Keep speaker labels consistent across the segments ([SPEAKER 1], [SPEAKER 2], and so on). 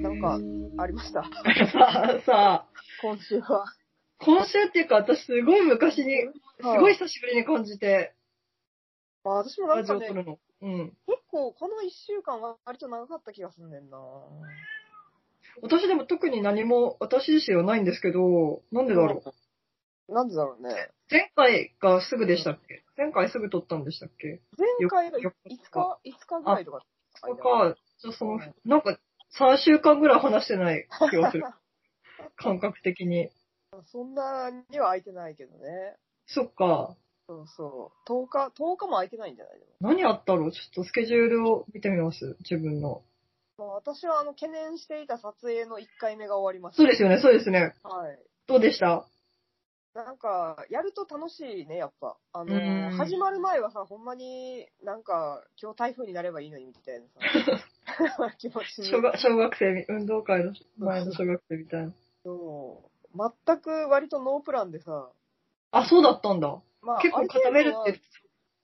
[SPEAKER 1] なんか、ありま した。
[SPEAKER 2] さあ、さあ、
[SPEAKER 1] 今週は。
[SPEAKER 2] 今週っていうか私すごい昔に、すご
[SPEAKER 1] はい
[SPEAKER 2] 久しぶりに感じて、
[SPEAKER 1] まあ、私もな
[SPEAKER 2] ラ
[SPEAKER 1] ん
[SPEAKER 2] ジ
[SPEAKER 1] か
[SPEAKER 2] オ
[SPEAKER 1] ね、結
[SPEAKER 2] 撮るの。うん。
[SPEAKER 1] 構この一週間は割と長かった気がすんねんな。
[SPEAKER 2] 私でも特に何も私自身はないんですけど、なんでだろう。
[SPEAKER 1] なんでだろうね。
[SPEAKER 2] 前回がすぐでしたっけ前回すぐ撮ったんでしたっけ
[SPEAKER 1] 前回がい
[SPEAKER 2] よっ
[SPEAKER 1] 5日、5日ぐらいとか。
[SPEAKER 2] とか、じゃあその、なんか3週間ぐらい話してない気がす る。感覚的に。
[SPEAKER 1] そんなには空いてないけどね。
[SPEAKER 2] そっか。
[SPEAKER 1] そうそう。10日、10日も空いてないんじゃないで
[SPEAKER 2] 何あったろうちょっとスケジュールを見てみます。自分の。
[SPEAKER 1] も。まあ、私はあの、懸念していた撮影の1回目が終わりました。
[SPEAKER 2] そうですよね、そうですね。
[SPEAKER 1] はい。
[SPEAKER 2] どうでした
[SPEAKER 1] なんか、やると楽しいね、やっぱ。あ
[SPEAKER 2] うん
[SPEAKER 1] の、始まる前はさ、ほんまになんか、今日台風になればいいのにみたいな さ、気持ち
[SPEAKER 2] 小学小学生み、運動会の前の小学生みたいな。
[SPEAKER 1] そう全く割とノープランでさ、
[SPEAKER 2] あ、そうだったんだ。
[SPEAKER 1] まあ、
[SPEAKER 2] 結構固める
[SPEAKER 1] あ
[SPEAKER 2] っ
[SPEAKER 1] る程
[SPEAKER 2] て。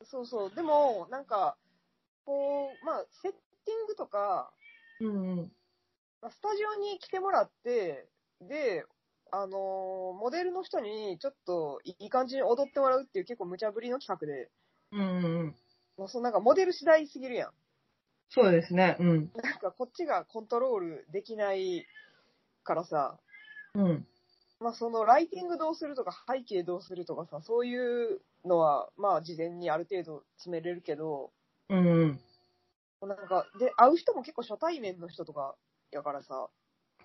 [SPEAKER 1] 度はそうそう。でも、なんか、こう、まあ、セッティングとか、
[SPEAKER 2] うんうん。
[SPEAKER 1] まあスタジオに来てもらって、で、あのーモデルの人にちょっといい感じに踊ってもらうっていう結構無茶ぶりの企画で、
[SPEAKER 2] うんうんうん。
[SPEAKER 1] まあ、そのなんかモデル次第すぎるやん。
[SPEAKER 2] そうですね。うん。
[SPEAKER 1] なんかこっちがコントロールできないからさ、
[SPEAKER 2] うん。
[SPEAKER 1] まあそのライティングどうするとか背景どうするとかさ、そういうのはまあ事前にある程度詰めれるけど、
[SPEAKER 2] うんうん。
[SPEAKER 1] なんか、で、会う人も結構初対面の人とかやからさ、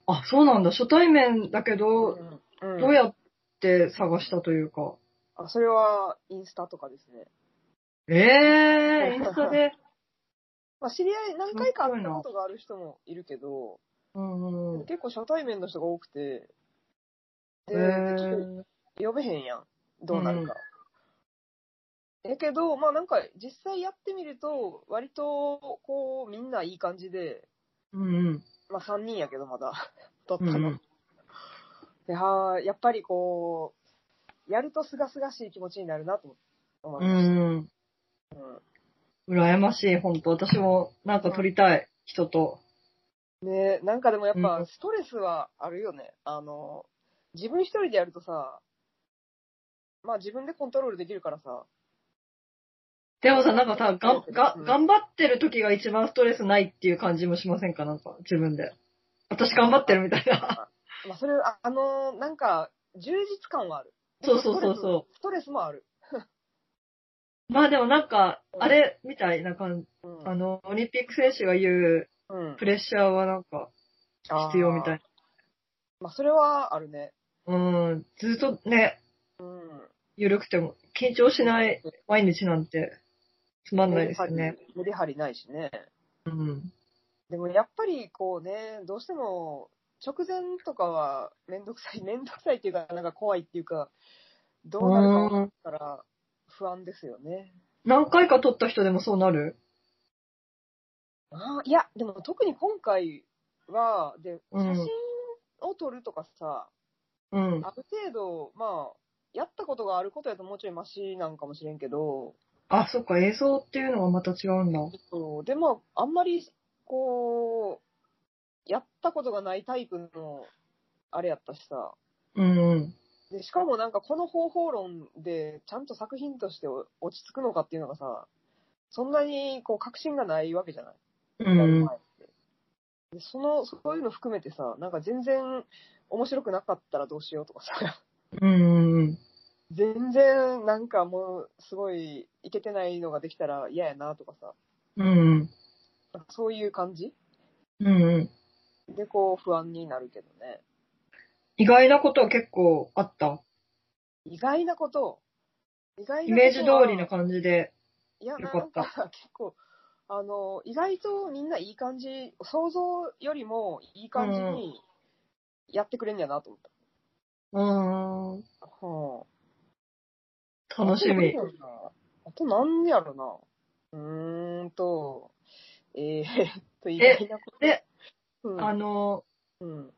[SPEAKER 2] あ、そうなんだ。初対面だけど、
[SPEAKER 1] うん
[SPEAKER 2] どうやって探したというか。
[SPEAKER 1] あそれはインスタとかですね。
[SPEAKER 2] ええー、インスタ で。
[SPEAKER 1] まあ知り合い何回か会ったことがある人もいるけど、
[SPEAKER 2] うんうん。
[SPEAKER 1] 結構初対面の人が多くて、
[SPEAKER 2] え
[SPEAKER 1] で、ちょっと
[SPEAKER 2] ー、
[SPEAKER 1] 呼べへんやん。どうなるか。やけど、まあなんか実際やってみると、割とこうみんないい感じで、
[SPEAKER 2] うんうん。
[SPEAKER 1] まあ3人やけどまだ、 だった
[SPEAKER 2] うんう
[SPEAKER 1] の。
[SPEAKER 2] ん。
[SPEAKER 1] で、はあやっぱりこう、やるとすがすがしい気持ちになるなと思
[SPEAKER 2] う
[SPEAKER 1] いまし
[SPEAKER 2] んうん。
[SPEAKER 1] た。
[SPEAKER 2] 羨ましい、本当私もなんか撮りたい、人と。
[SPEAKER 1] うんねなんかでもやっ
[SPEAKER 2] うん
[SPEAKER 1] ぱストレスはあるよね。あの、自分一人でやるとさ、まあ自分でコントロールできるからさ、
[SPEAKER 2] でもさ、なんかさ、がんが
[SPEAKER 1] うん
[SPEAKER 2] 頑張ってる時が一番ストレスないっていう感じもしませんかなんか、自分で。私頑張ってるみた いな。
[SPEAKER 1] まあそれ、ああの、なんか充実感はある。
[SPEAKER 2] そうそうそうそう。
[SPEAKER 1] ストレスもある。
[SPEAKER 2] まあでもなんか、
[SPEAKER 1] うん
[SPEAKER 2] あれみたいな感じ。
[SPEAKER 1] うん
[SPEAKER 2] あの、オリンピック選手が言う
[SPEAKER 1] うん
[SPEAKER 2] プレッシャーはなんか必要みた
[SPEAKER 1] あー
[SPEAKER 2] い
[SPEAKER 1] まあ、それはあるね。
[SPEAKER 2] な。うん。ずっとね、
[SPEAKER 1] うん。
[SPEAKER 2] 緩くても、緊張しない毎日なんてつまんないですよね。
[SPEAKER 1] 無理張りないしね。
[SPEAKER 2] うん。
[SPEAKER 1] でもやっぱりこうね、どうしても直前とかはめんどくさい、め んどくさいっていうか、なんか怖いっていうか、どうなるかわか
[SPEAKER 2] うん
[SPEAKER 1] ったら不安ですよね。
[SPEAKER 2] 何回か撮った人でもそうなる
[SPEAKER 1] あーいや、でも特に今回は、で、写
[SPEAKER 2] うん
[SPEAKER 1] 真を撮るとかさ、
[SPEAKER 2] うん。
[SPEAKER 1] ある程度、まあ、やったことがあることやともうちょいマシなんかもしれんけど、
[SPEAKER 2] あ、そっか、映像っていうのがまた違うんだ。
[SPEAKER 1] そうでも、あんまり、こう、やったことがないタイプの、あれやったしさ。
[SPEAKER 2] うんうん。
[SPEAKER 1] で、しかもなんかこの方法論で、ちゃんと作品としてお落ち着くのかっていうのがさ、そんなにこう確信がないわけじゃない。
[SPEAKER 2] うん
[SPEAKER 1] やる
[SPEAKER 2] うん。
[SPEAKER 1] 前ってでその、そういうの含めてさ、なんか全然面白くなかったらどうしようとかさ、
[SPEAKER 2] うんうん。
[SPEAKER 1] 全然なんかもうすごいいけてないのができたら嫌やなとかさ、
[SPEAKER 2] うん
[SPEAKER 1] なんかそういう感じ
[SPEAKER 2] うん。うんうん。
[SPEAKER 1] でこう不安になるけどね。
[SPEAKER 2] 意外なことは結構あった。
[SPEAKER 1] 意外なこと。意外なことは
[SPEAKER 2] イメージ通りな感じで。
[SPEAKER 1] いや、な
[SPEAKER 2] よ
[SPEAKER 1] ん
[SPEAKER 2] か
[SPEAKER 1] か結構、あの、意外とみんないい感じ、想像よりもいい感じにやってくれんやなと思っ
[SPEAKER 2] うん。
[SPEAKER 1] た。はあ
[SPEAKER 2] 楽しみ。。
[SPEAKER 1] あと何やろな。うーんと、えー、と、意
[SPEAKER 2] え
[SPEAKER 1] 外なこと。
[SPEAKER 2] で
[SPEAKER 1] うん、
[SPEAKER 2] あの、
[SPEAKER 1] うん。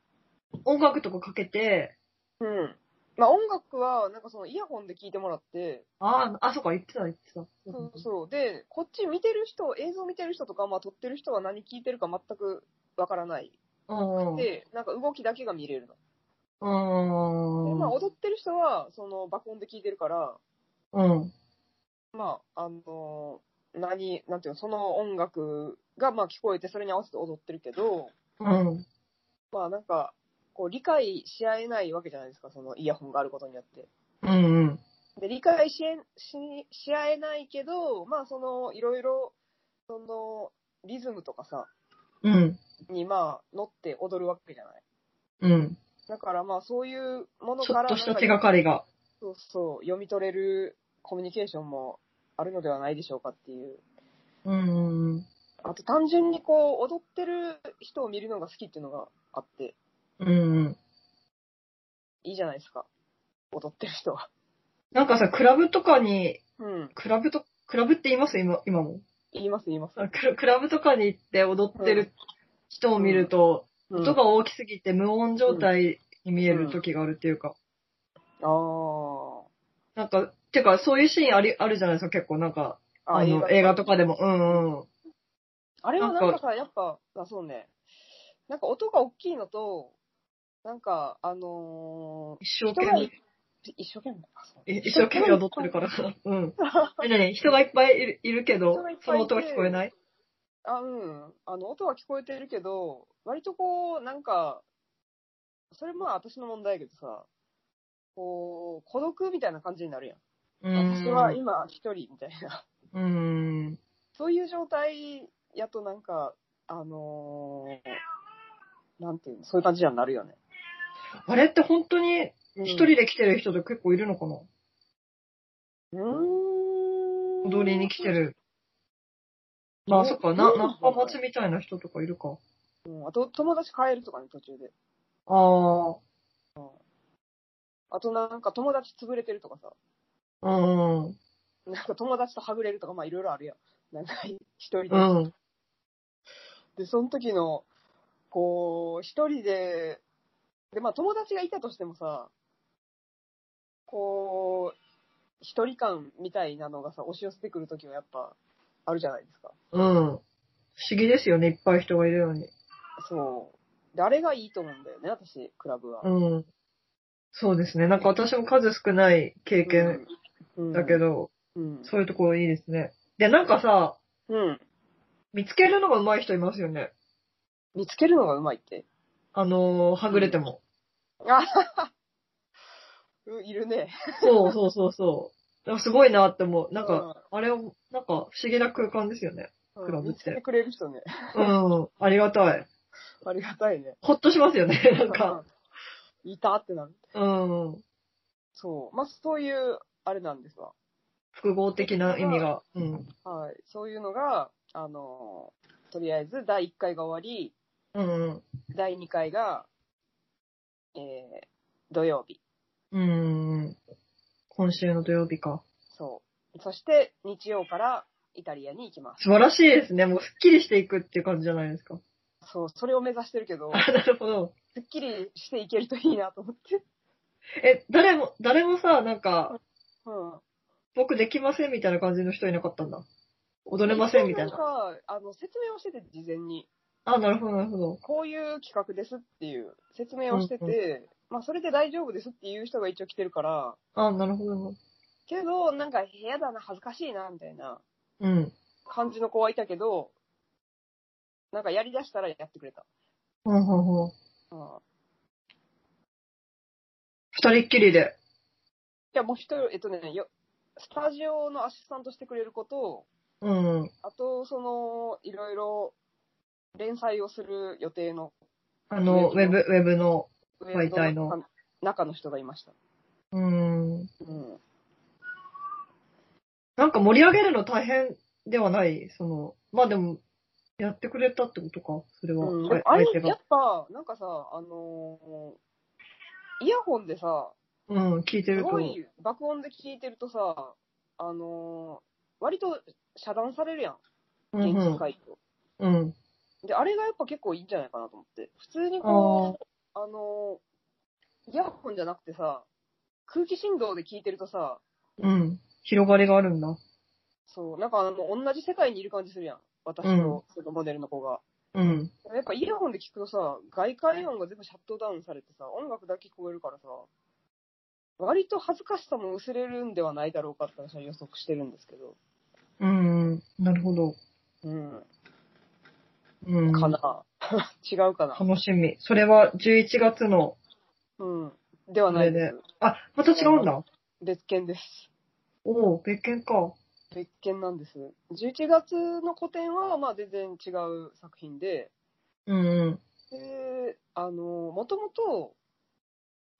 [SPEAKER 2] 音楽とかかけて、
[SPEAKER 1] うん。まあ音楽は、なんかそのイヤホンで聞いてもらって、
[SPEAKER 2] ああ、あ、そうか、言ってた、言ってた。
[SPEAKER 1] そうそう。で、こっち見てる人、映像見てる人とか、まあ撮ってる人は何聞いてるか全くわからない
[SPEAKER 2] うん。
[SPEAKER 1] で、なんか動きだけが見れるの。で、まあ
[SPEAKER 2] う
[SPEAKER 1] 踊ってる人は、その爆音で聞いてるから、
[SPEAKER 2] ん。
[SPEAKER 1] まあ、あのー何、なんていうの、その音楽がまあ聞こえて、それに合わせて踊ってるけど、
[SPEAKER 2] うん。
[SPEAKER 1] まあなんか、こう理解し合えないわけじゃないですか、そのイヤホンがあることによって。
[SPEAKER 2] うん。
[SPEAKER 1] で、理解しえしし合えないけど、まあその、いろいろ、その、リズムとかさ、
[SPEAKER 2] うん。
[SPEAKER 1] にまあ乗って踊るわけじゃない。
[SPEAKER 2] うん。
[SPEAKER 1] だからまあそういうもの
[SPEAKER 2] ち
[SPEAKER 1] か
[SPEAKER 2] ょっ
[SPEAKER 1] ら
[SPEAKER 2] とした手
[SPEAKER 1] なんか
[SPEAKER 2] がかりが。
[SPEAKER 1] そうそう、読み取れるコミュニケーションもあるのではないでしょうかっていう。
[SPEAKER 2] うん。
[SPEAKER 1] あと単純にこう、踊ってる人を見るのが好きっていうのがあって、
[SPEAKER 2] うん。
[SPEAKER 1] いいじゃないですか。踊ってる人は。
[SPEAKER 2] なんかさ、クラブとかに、
[SPEAKER 1] うん。
[SPEAKER 2] クラブと、クラブって言います今、今も。
[SPEAKER 1] 言います、言います。
[SPEAKER 2] あクラクラブとかに行って踊ってる人を見ると、
[SPEAKER 1] うん、
[SPEAKER 2] 音が大きすぎて無音状態に見える時があるっていうか、
[SPEAKER 1] あー
[SPEAKER 2] なんか、てかそういうシーンあり、あるじゃないですか、結構なんか、
[SPEAKER 1] あ。
[SPEAKER 2] あの、映画と
[SPEAKER 1] か。
[SPEAKER 2] かでも、うんうん。
[SPEAKER 1] あれはな
[SPEAKER 2] なんん
[SPEAKER 1] か
[SPEAKER 2] か
[SPEAKER 1] さ、やっぱ、あそうね。なんか音が大きいのと、なんか、あの
[SPEAKER 2] 一
[SPEAKER 1] ー
[SPEAKER 2] 生
[SPEAKER 1] 人
[SPEAKER 2] 懸
[SPEAKER 1] が
[SPEAKER 2] 命
[SPEAKER 1] い、一生懸命あそう
[SPEAKER 2] 一生懸命踊ってるからかな。うん。え、何人がいっぱいいるいるけど
[SPEAKER 1] 人がいっ、ぱ
[SPEAKER 2] そ
[SPEAKER 1] いい
[SPEAKER 2] の
[SPEAKER 1] て
[SPEAKER 2] 音が聞こえない
[SPEAKER 1] あ、うん。あの、音は聞こえてるけど、割とこう、なんか、それも私の問題やけどさ、こう、孤独みたいな感じになるやん。
[SPEAKER 2] う
[SPEAKER 1] 私は
[SPEAKER 2] ん。
[SPEAKER 1] 今一人みたいな。
[SPEAKER 2] うん。
[SPEAKER 1] そういう状態やとなんか、あのーなんていうの、そういう感じにはなるよね。
[SPEAKER 2] あれって本当に
[SPEAKER 1] うん
[SPEAKER 2] 一人で来てる人と結構いるのかな、
[SPEAKER 1] うーん。
[SPEAKER 2] 踊りに来てる。
[SPEAKER 1] うん
[SPEAKER 2] まあ、そっか、
[SPEAKER 1] う
[SPEAKER 2] な、
[SPEAKER 1] ん
[SPEAKER 2] 仲間町みたいな人とかいるか。
[SPEAKER 1] うん。あと、友達帰るとかね、途中で。
[SPEAKER 2] あ
[SPEAKER 1] あとなんか友達潰れてるとかさ。
[SPEAKER 2] あ、うん。
[SPEAKER 1] なんか友達とはぐれるとか、まあいろいろあるやん。なんか一人で。
[SPEAKER 2] うん。
[SPEAKER 1] で、その時の、こう、一人で、で、まあ友達がいたとしてもさ、こう、一人感みたいなのがさ、押し寄せてくる時はやっぱ、あるじゃないですか。
[SPEAKER 2] うん。不思議ですよね、いっぱい人がいるのに。
[SPEAKER 1] そう。で、あれがいいと思うんだよね、私、クラブは。
[SPEAKER 2] うん。そうですね。なんか私も数少ない経験
[SPEAKER 1] うん
[SPEAKER 2] だけ。ど、
[SPEAKER 1] うん。
[SPEAKER 2] そういうところいいですね。で、なんかさ、
[SPEAKER 1] うん。
[SPEAKER 2] 見つけるのが上手い人いますよね。
[SPEAKER 1] 見つけるのがうまいって。
[SPEAKER 2] あのーはぐれても。
[SPEAKER 1] あははうんいるね。
[SPEAKER 2] そうそうそうそう。なんかすごいなって思う。なん
[SPEAKER 1] う
[SPEAKER 2] か、
[SPEAKER 1] ん
[SPEAKER 2] あれを、なんか不思議な空間ですよね。クラブって
[SPEAKER 1] 見つけてくれる人ね。
[SPEAKER 2] うん。ありがたい。
[SPEAKER 1] ありがたいね。
[SPEAKER 2] ほっとしますよね、 なんか。
[SPEAKER 1] うん、 いたってなる。
[SPEAKER 2] うん。
[SPEAKER 1] そう。まあ、そういう、あれなんですわ。
[SPEAKER 2] 複合的な意味が。うん。
[SPEAKER 1] はい。そういうのが、あのーとりあえず第1回が終わり、
[SPEAKER 2] うん
[SPEAKER 1] 第2回が、えー、土曜日。
[SPEAKER 2] うん。うん。今週の土曜日か。
[SPEAKER 1] そう。そして、日曜からイタリアに行きます。
[SPEAKER 2] 素晴らしいですね。もうスッキリしていくっていう感じじゃないですか。
[SPEAKER 1] そう、それを目指してる けど、
[SPEAKER 2] あ、なるほど。
[SPEAKER 1] すっきりしていけるといいなと思って。
[SPEAKER 2] え、誰も、誰もさ、なんか、
[SPEAKER 1] うん。
[SPEAKER 2] 僕できませんみたいな感じの人いなかったんだ。踊れませんみたい
[SPEAKER 1] なん
[SPEAKER 2] な。
[SPEAKER 1] か、あの、説明をしてて、事前に。
[SPEAKER 2] あ、なるほど、なるほど。
[SPEAKER 1] こういう企画ですっていう説明をしてて、まあ、それで大丈夫ですっていう人が一応来てるから、
[SPEAKER 2] あ、なるほど。
[SPEAKER 1] けど、なんか、部屋だな、恥ずかしいな、みたいな
[SPEAKER 2] うん。
[SPEAKER 1] 感じの子はいたけど、なんかやりだしたらやってくれた。
[SPEAKER 2] ほうほうほう。
[SPEAKER 1] うん、い
[SPEAKER 2] 二人っきりで。
[SPEAKER 1] や、もう一人、えっとねよ、スタジオのアシスタントしてくれる子と、
[SPEAKER 2] うん。
[SPEAKER 1] あと、その、いろいろ、連載をする予定の
[SPEAKER 2] あの、ウェブ、ウェブの。
[SPEAKER 1] ウ
[SPEAKER 2] 媒体の
[SPEAKER 1] 中中の人がいました。
[SPEAKER 2] うん。
[SPEAKER 1] うん。
[SPEAKER 2] なんか盛り上げるの大変ではない、その、まあでも、やってくれたってことか、それは。
[SPEAKER 1] うん、で
[SPEAKER 2] はい
[SPEAKER 1] もあれ、
[SPEAKER 2] 相手
[SPEAKER 1] や
[SPEAKER 2] が
[SPEAKER 1] っ。ぱ、なんかさ、あのーイヤホンでさ、
[SPEAKER 2] うん、聞いて
[SPEAKER 1] す
[SPEAKER 2] ると。
[SPEAKER 1] ごい爆音で聞いてるとさ、あのー割と遮断されるやん、
[SPEAKER 2] うん
[SPEAKER 1] 現
[SPEAKER 2] う
[SPEAKER 1] 実
[SPEAKER 2] ん、
[SPEAKER 1] 回と。
[SPEAKER 2] うん。
[SPEAKER 1] で、あれがやっぱ結構いいんじゃないかなと思って。普通に
[SPEAKER 2] あ
[SPEAKER 1] こう、あのーイヤホンじゃなくてさ、空気振動で聞いてるとさ、
[SPEAKER 2] ーうん。広がりがあるんだ。
[SPEAKER 1] そう、なんかあの、同じ世界にいる感じするやん。私の、そのモデルの子が。
[SPEAKER 2] うん。
[SPEAKER 1] やっぱイヤホンで聞くとさ、外界音が全部シャットダウンされてさ、音楽だけ聞こえるからさ、割と恥ずかしさも薄れるんではないだろうかって私は予測してるんですけど。
[SPEAKER 2] うん。なるほど。
[SPEAKER 1] うん。
[SPEAKER 2] うん。
[SPEAKER 1] かな。 違うかな。
[SPEAKER 2] 楽しみ。それは11月の、
[SPEAKER 1] うん。ではないです。
[SPEAKER 2] あ、また違うんだ。
[SPEAKER 1] 別件です。
[SPEAKER 2] おお別件か。
[SPEAKER 1] 別件なんです。11月の個展は、まあ全然違う作品で、
[SPEAKER 2] うん
[SPEAKER 1] で、あの、もともと、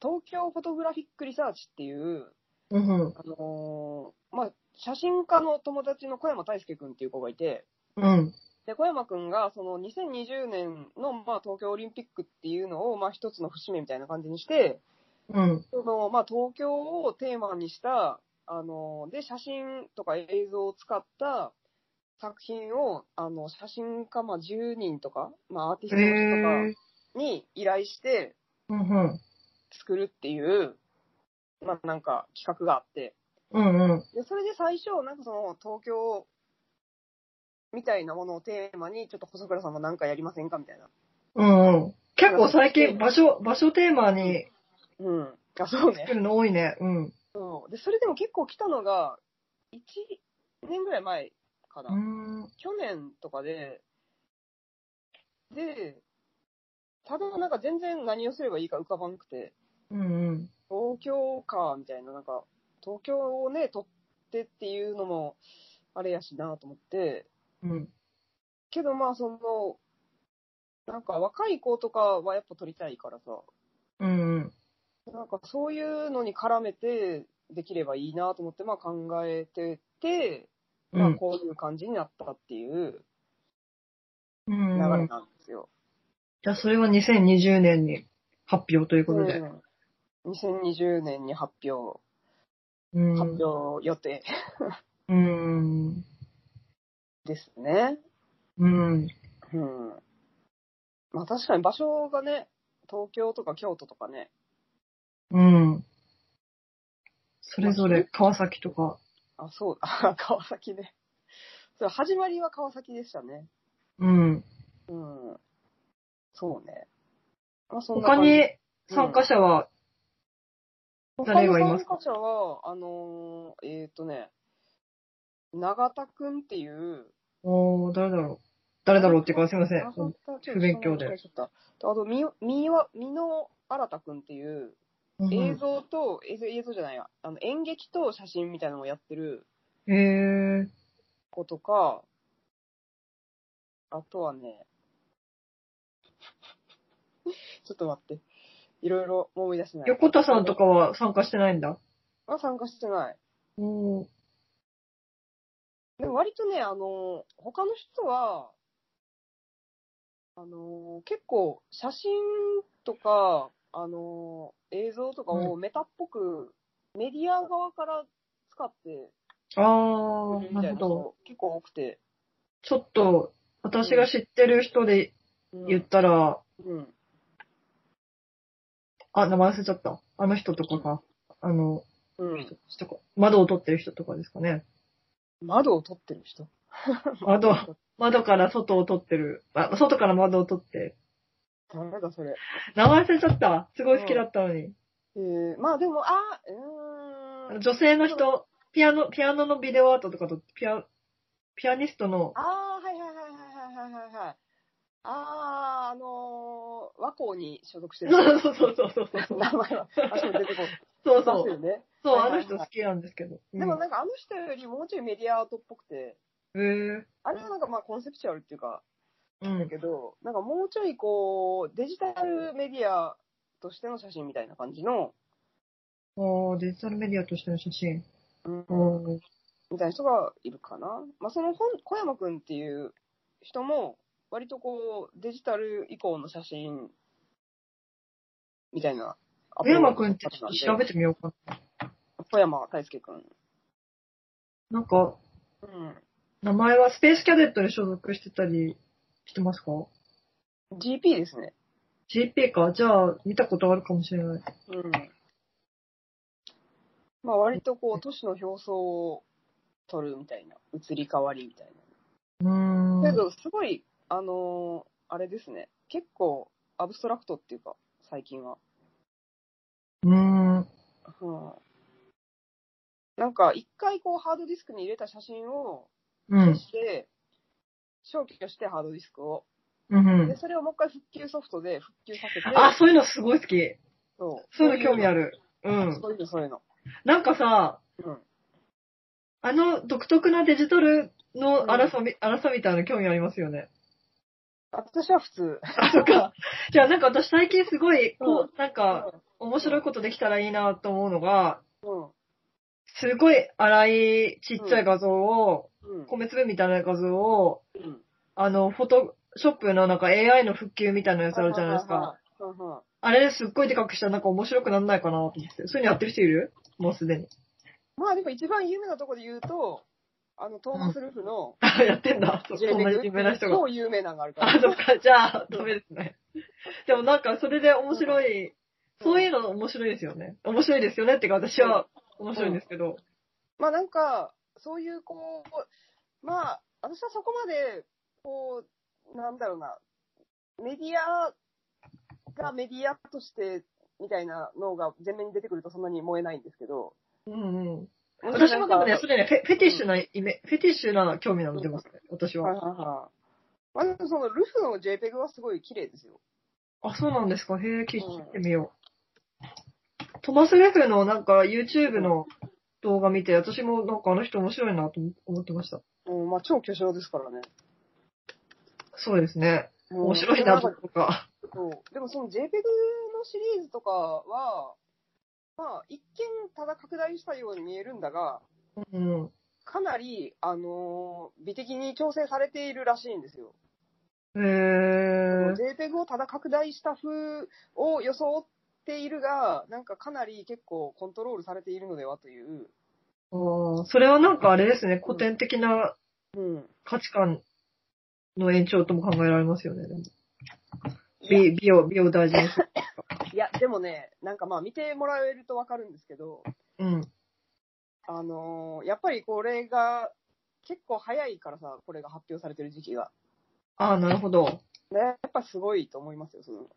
[SPEAKER 1] 東京フォトグラフィックリサーチっていう、
[SPEAKER 2] うん。うん
[SPEAKER 1] あのーまあ、写真家の友達の小山大輔君っていう子がいて、
[SPEAKER 2] うん。
[SPEAKER 1] で、小山君が、その2020年の、まあ、東京オリンピックっていうのを、まあ、一つの節目みたいな感じにして、
[SPEAKER 2] うん。
[SPEAKER 1] その、まあ、東京をテーマにした、あのーで、写真とか映像を使った作品を、あの、写真家、まあ、10人とか、まあ、アーティス
[SPEAKER 2] へ
[SPEAKER 1] トの人
[SPEAKER 2] え
[SPEAKER 1] と。かに依頼して
[SPEAKER 2] うんうん。
[SPEAKER 1] 作るっていう、まあ、なんか企画があって、
[SPEAKER 2] うんうん。
[SPEAKER 1] で、それで最初、なんかその、東京みたいなものをテーマに、ちょっと細倉さんもなんかやりませんかみたいな。
[SPEAKER 2] うんうん。結構最近場所、場所テーマに
[SPEAKER 1] うん。あ、そうね
[SPEAKER 2] 来。るの多いね。うん。
[SPEAKER 1] そう。で、それでも結構来たのが、1年ぐらい前かな。
[SPEAKER 2] うん。
[SPEAKER 1] 去年とかで、で、ただなんか全然何をすればいいか浮かばんくて、
[SPEAKER 2] うんうん。
[SPEAKER 1] 東京か、みたいな、なんか、東京をね、撮ってっていうのも、あれやしなと思って、
[SPEAKER 2] うん。
[SPEAKER 1] けどまあその、なんか若い子とかはやっぱ撮りたいからさ、
[SPEAKER 2] うんうん。
[SPEAKER 1] なんかそういうのに絡めてできればいいなと思ってまあ考えてて、
[SPEAKER 2] う
[SPEAKER 1] まあ
[SPEAKER 2] ん。
[SPEAKER 1] こういう感じになったっていう
[SPEAKER 2] う
[SPEAKER 1] 流
[SPEAKER 2] ん
[SPEAKER 1] れ
[SPEAKER 2] う
[SPEAKER 1] なん
[SPEAKER 2] ん。
[SPEAKER 1] ですよ。
[SPEAKER 2] じゃあそれは2020年に発表というこ
[SPEAKER 1] う
[SPEAKER 2] と
[SPEAKER 1] ん
[SPEAKER 2] で。
[SPEAKER 1] 2020年に発表、
[SPEAKER 2] うん。
[SPEAKER 1] 発表予定
[SPEAKER 2] うん。
[SPEAKER 1] ですね。
[SPEAKER 2] うん。
[SPEAKER 1] うん。まあ確かに場所がね、東京とか京都とかね、
[SPEAKER 2] うん。それぞれ川崎とか。
[SPEAKER 1] あ、そう、あ、川崎ね。そう、始まりは川崎でしたね。
[SPEAKER 2] うん。
[SPEAKER 1] うん。そうね。まあ、そんな
[SPEAKER 2] 他
[SPEAKER 1] 感じ、
[SPEAKER 2] に参加者は、誰がいます
[SPEAKER 1] 他の参加者は、あのーえっ、とね、永田くんっていう、
[SPEAKER 2] おー、誰だろう。誰だろうっていうか、すいませ
[SPEAKER 1] あ
[SPEAKER 2] ん。
[SPEAKER 1] そうちょっと
[SPEAKER 2] 不勉強で
[SPEAKER 1] 名前忘れちゃったとあと、み、みわ、みの新たくんっていう、
[SPEAKER 2] うん
[SPEAKER 1] 映像と、映像映像じゃないや、あの、演劇と写真みたいなのをやってる
[SPEAKER 2] へえ。
[SPEAKER 1] 子とか、あとはね、 ちょっと待って。いろいろ思い出せない。
[SPEAKER 2] 横田さんとかは参加してないんだ。
[SPEAKER 1] は参加してない。
[SPEAKER 2] おー。
[SPEAKER 1] でも割とね、あの、他の人は、あの、結構写真とか、あの、映像とかをメタっぽく、メディア側から使って
[SPEAKER 2] あ
[SPEAKER 1] 売
[SPEAKER 2] ー、
[SPEAKER 1] るみた
[SPEAKER 2] ないる
[SPEAKER 1] な
[SPEAKER 2] ほど。
[SPEAKER 1] 人結構多くて。
[SPEAKER 2] ちょっと、私が知ってる人で
[SPEAKER 1] うん
[SPEAKER 2] 言ったら、
[SPEAKER 1] うん。
[SPEAKER 2] あ、名前忘れちゃった。あの人とかか。あの、
[SPEAKER 1] うん。
[SPEAKER 2] 人とか窓を取ってる人とかですかね。
[SPEAKER 1] 窓を撮ってる人。
[SPEAKER 2] 窓、窓から外を取ってる。あ、外から窓を取って。
[SPEAKER 1] 誰だそれ。
[SPEAKER 2] 名前忘れちゃった。すごい好きだったのに。
[SPEAKER 1] えー、まあでも、あ、う
[SPEAKER 2] あ
[SPEAKER 1] ー
[SPEAKER 2] の
[SPEAKER 1] ん。
[SPEAKER 2] 女性の人、ピアノ、ピアノのビデオアートとかと、ピア、ピアニストの、
[SPEAKER 1] あー、はいはいはいはいはいはいはい。あー、あのー、和光に所属して
[SPEAKER 2] そう
[SPEAKER 1] る人。
[SPEAKER 2] そうそうそうそうそう。
[SPEAKER 1] 名前は、あ、そう出てこない。
[SPEAKER 2] そう
[SPEAKER 1] そ
[SPEAKER 2] そう
[SPEAKER 1] よ
[SPEAKER 2] う。
[SPEAKER 1] ね。
[SPEAKER 2] そう、あの人好きなんですけど。
[SPEAKER 1] でもなんかあの人よりもうちょいメディアアートっぽくて、
[SPEAKER 2] うん、へ
[SPEAKER 1] あれはなんかまあコンセプチュアルっていうか、
[SPEAKER 2] えうん
[SPEAKER 1] だけど、なんかもうちょいこう、デジタルメディアとしての写真みたいな感じの、
[SPEAKER 2] おーデジタルメディアとしての写真。
[SPEAKER 1] うん
[SPEAKER 2] おー
[SPEAKER 1] みたいな人がいるかな。まあその本小山くんっていう人も、割とこう、デジタル以降の写真、みたいな。
[SPEAKER 2] 小山くんってちょっと調べ
[SPEAKER 1] て。
[SPEAKER 2] てみようか
[SPEAKER 1] 小山大輔くん。
[SPEAKER 2] な。なんか、
[SPEAKER 1] う
[SPEAKER 2] 名前はスペースキャデットに所属してたりしてますか
[SPEAKER 1] ん。GP ですね。
[SPEAKER 2] ?GP か。じゃあ、見たことあるかもしれない。
[SPEAKER 1] うん。まあ割とこう、都市の表層を撮るみたいな、移り変わりみたいな。
[SPEAKER 2] うーん。
[SPEAKER 1] けど、すごい、あのあれですね。結構、アブストラクトっていうか、最近は。
[SPEAKER 2] うーん。
[SPEAKER 1] うん。なんか、一回こう、ハードディスクに入れた写真を
[SPEAKER 2] う
[SPEAKER 1] 消
[SPEAKER 2] ん。
[SPEAKER 1] して、消去してハードディスクを。
[SPEAKER 2] うん
[SPEAKER 1] で、。それをもう一回復旧ソフトで復旧させて、
[SPEAKER 2] あ、そういうのすごい好き。
[SPEAKER 1] そう。
[SPEAKER 2] そういうの興味あ
[SPEAKER 1] る。
[SPEAKER 2] る。うん。
[SPEAKER 1] そういうの、そういうの。
[SPEAKER 2] なんかさ、
[SPEAKER 1] うん。
[SPEAKER 2] あの独特なデジタルの荒さみ、荒さみたいなの興味ありますよね。
[SPEAKER 1] 私は普通。
[SPEAKER 2] あ、そっか。じゃあなんか私最近すごい、こう、なん
[SPEAKER 1] う
[SPEAKER 2] か、面白いことできたらいいなと思うのが、
[SPEAKER 1] ん。
[SPEAKER 2] すごい荒いちっちゃい画像を、
[SPEAKER 1] うん。
[SPEAKER 2] 米粒みたいな画像を、
[SPEAKER 1] うん。
[SPEAKER 2] あの、フォトショップのなんか AI の復旧みたいなやつあるじゃないですか。
[SPEAKER 1] はいはいはい。うんうん
[SPEAKER 2] あれですっごいでかくしたらなんか面白くなんないかなと思って。そういうのやってる人いるもうすでに。
[SPEAKER 1] まあでも一番有名なとこで言うと、あの、トーマス・ルフの
[SPEAKER 2] あ、やってんだ。そ
[SPEAKER 1] ジェ
[SPEAKER 2] そんなに有名な人が。
[SPEAKER 1] 超有名なのがあるから。
[SPEAKER 2] あ、そっか、じゃあ、ダメですね。でもなんか、それで面白い、そういうの面白いですよね。面白いですよねっていうか、私は面白いんですけど。
[SPEAKER 1] まあなんか、そういうこう、まあ、私はそこまで、こう、なんだろうな、メディアがメディアとして、みたいなのが前面に出てくるとそんなに燃えないんですけど。
[SPEAKER 2] うんうん。私もでもね、それね、フェフェティッシュなイメ、フェティッシュな興味なの出ますね、私
[SPEAKER 1] はい
[SPEAKER 2] は。
[SPEAKER 1] はいはい。まあでもそのルフの JPEG はすごい綺麗ですよ。
[SPEAKER 2] あ、そうなんですか。へえ、聞いてみよう。トマス・レフのなんか YouTube の動画見て、私もなんかあの人面白いなと思ってました。
[SPEAKER 1] うん、まあ超巨匠ですからね。
[SPEAKER 2] そうですね。
[SPEAKER 1] うん
[SPEAKER 2] 面白いなとか。
[SPEAKER 1] そう。でもその JPEG のシリーズとかは、まあ、一見ただ拡大したように見えるんだが、
[SPEAKER 2] うん。
[SPEAKER 1] かなり、あのー美的に調整されているらしいんですよ。
[SPEAKER 2] へえ。
[SPEAKER 1] JPEG をただ拡大した風を装っているが、なんかかなり結構コントロールされているのではという。
[SPEAKER 2] ああ、それはなんかあれですね、古典的な
[SPEAKER 1] うん。
[SPEAKER 2] 価値観の延長とも考えられますよね。でも
[SPEAKER 1] いや
[SPEAKER 2] 美美を、美を大事に する。
[SPEAKER 1] いや、でもね、なんかまあ見てもらえるとわかるんですけど、
[SPEAKER 2] うん。
[SPEAKER 1] あのーやっぱりこれが、結構早いからさ、これが発表されてる時期が。
[SPEAKER 2] ああ、なるほど。
[SPEAKER 1] ねやっぱすごいと思いますよ、その。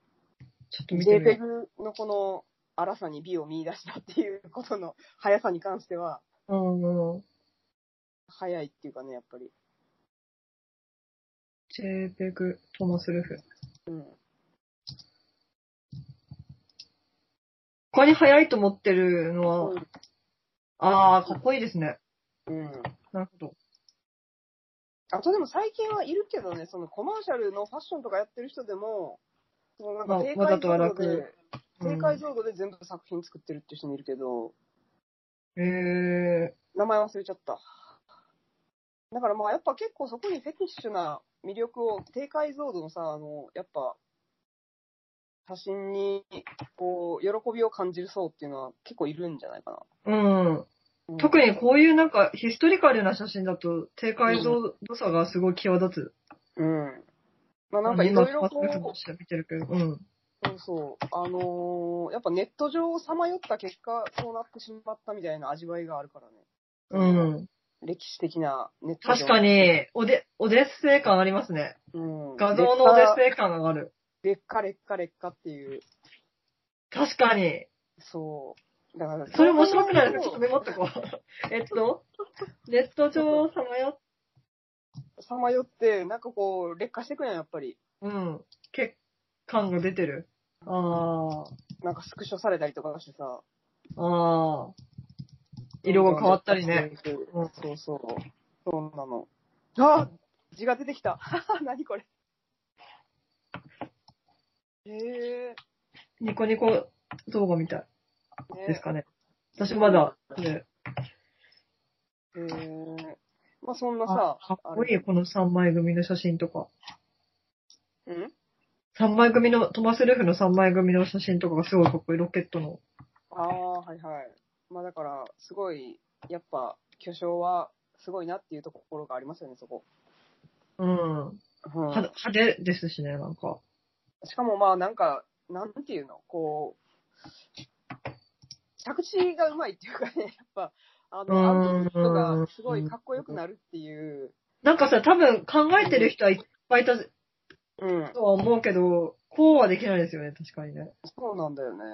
[SPEAKER 2] ちょっと見てみよ
[SPEAKER 1] JPEG のこの荒さに美を見出したっていうことの速さに関しては、
[SPEAKER 2] う。うんうん。
[SPEAKER 1] 速いっていうかね、やっぱり。
[SPEAKER 2] JPEG、トマス・ルフ。
[SPEAKER 1] うん。
[SPEAKER 2] 他に早いと思ってるのは、
[SPEAKER 1] うん
[SPEAKER 2] ああ、かっこいいですね。
[SPEAKER 1] うん。
[SPEAKER 2] なるほど。
[SPEAKER 1] あとでも最近はいるけどね、そのコマーシャルのファッションとかやってる人でも、そのなんか低
[SPEAKER 2] まあわざ
[SPEAKER 1] 解
[SPEAKER 2] と
[SPEAKER 1] 像度
[SPEAKER 2] は楽に
[SPEAKER 1] で、低解像度で全部作品作ってるって人もいるけど、
[SPEAKER 2] うんえ
[SPEAKER 1] 名前忘れちゃった。だからまあやっぱ結構そこにフェティッシュな魅力を低解像度のさ、あの、やっぱ、写真に、こう、喜びを感じる層っていうのは結構いるんじゃないか
[SPEAKER 2] えうん。
[SPEAKER 1] な。
[SPEAKER 2] 特
[SPEAKER 1] に、
[SPEAKER 2] にこういうなんかヒストリカルな写真だと低解像度差がすごい際立つ。
[SPEAKER 1] うん。まあなんかいろいろこ
[SPEAKER 2] 今
[SPEAKER 1] う、
[SPEAKER 2] 調べてるけど、うん。
[SPEAKER 1] そうそう、あのーやっぱネット上をさまよった結果、そうなってしまったみたいな味わいがあるからね。
[SPEAKER 2] うん。
[SPEAKER 1] 歴史的なネット上。
[SPEAKER 2] 確か。に、おで、オデッセイ感ありますね。
[SPEAKER 1] うん。
[SPEAKER 2] 画像のオデッセイ感が上がる。
[SPEAKER 1] 劣化劣化劣化っていう。
[SPEAKER 2] 確かに。
[SPEAKER 1] そう。だから、
[SPEAKER 2] それ面白くないですかちょっとメモっとこう。 えっと、ネット上をさまよっ
[SPEAKER 1] さまよって、なんかこう、劣化してくやん、やっぱり。
[SPEAKER 2] うん。血感が出てる。あ
[SPEAKER 1] なんかスクショされたりとかしてさ。
[SPEAKER 2] あ。ああ。色が変わったりね。
[SPEAKER 1] 劣化して
[SPEAKER 2] うん
[SPEAKER 1] そうそう。そうなの。あ字が出てきた。 はは何これ。へえ
[SPEAKER 2] ニコニコ動画みたい
[SPEAKER 1] ー。ね
[SPEAKER 2] ですかね。私まだ、ね、
[SPEAKER 1] へえまあそんな
[SPEAKER 2] あ
[SPEAKER 1] さ、
[SPEAKER 2] かっこいい、この3枚組の写真とか。
[SPEAKER 1] あれうん
[SPEAKER 2] 3枚組の、トマス・ルフの3枚組の写真とかがすごいかっこいい、ロケットの。
[SPEAKER 1] ああ、はいはい。まあだから、すごい、やっぱ、巨匠は、すごいなっていうところがありますよね、そこ。
[SPEAKER 2] うん。
[SPEAKER 1] うん
[SPEAKER 2] 派派手ですしね、なんか。
[SPEAKER 1] しかもまあなんか、なんていうの、こう、着地がうまいっていうかね、やっぱ、あ
[SPEAKER 2] うーん
[SPEAKER 1] の、アンティ人がすごいかっこよくなるっていう、
[SPEAKER 2] なんかさ、多分考えてる人はいっぱいいた
[SPEAKER 1] うん。
[SPEAKER 2] とは思うけど、こうはできないですよね、確かにね。
[SPEAKER 1] そうなんだよね。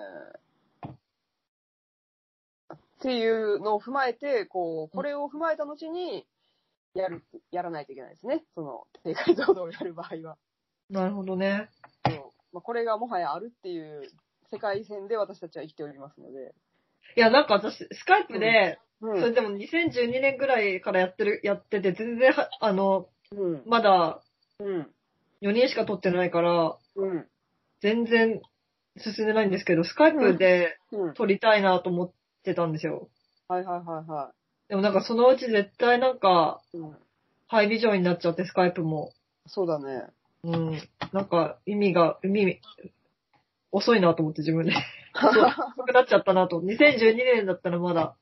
[SPEAKER 1] っていうのを踏まえて、こう、これを踏まえた後に、やる、やらないといけないですね。その、定解像度をやる場合は。
[SPEAKER 2] なるほどね。
[SPEAKER 1] そうまあ、これがもはやあるっていう世界線で私たちは生きておりますので。
[SPEAKER 2] いや、なんか私、スカイプで、
[SPEAKER 1] う
[SPEAKER 2] それでも2012年ぐらいからやってる、やってて、全然は、あの、
[SPEAKER 1] うん。
[SPEAKER 2] まだ
[SPEAKER 1] うん。
[SPEAKER 2] 4人しか撮ってないから、
[SPEAKER 1] うん。
[SPEAKER 2] 全然進んでないんですけど、スカイプで
[SPEAKER 1] うん。
[SPEAKER 2] 撮りたいなと思ってたんですよ。
[SPEAKER 1] はいはいはいは
[SPEAKER 2] でもなんかそのうち絶対なんか、
[SPEAKER 1] い。うん。
[SPEAKER 2] ハイビジョンになっちゃって、スカイプも。
[SPEAKER 1] そうだね。
[SPEAKER 2] うん。なんか、意味が、意味、遅いなと思って自 分で。遅くなっちゃったなと。2012年だったらまだ。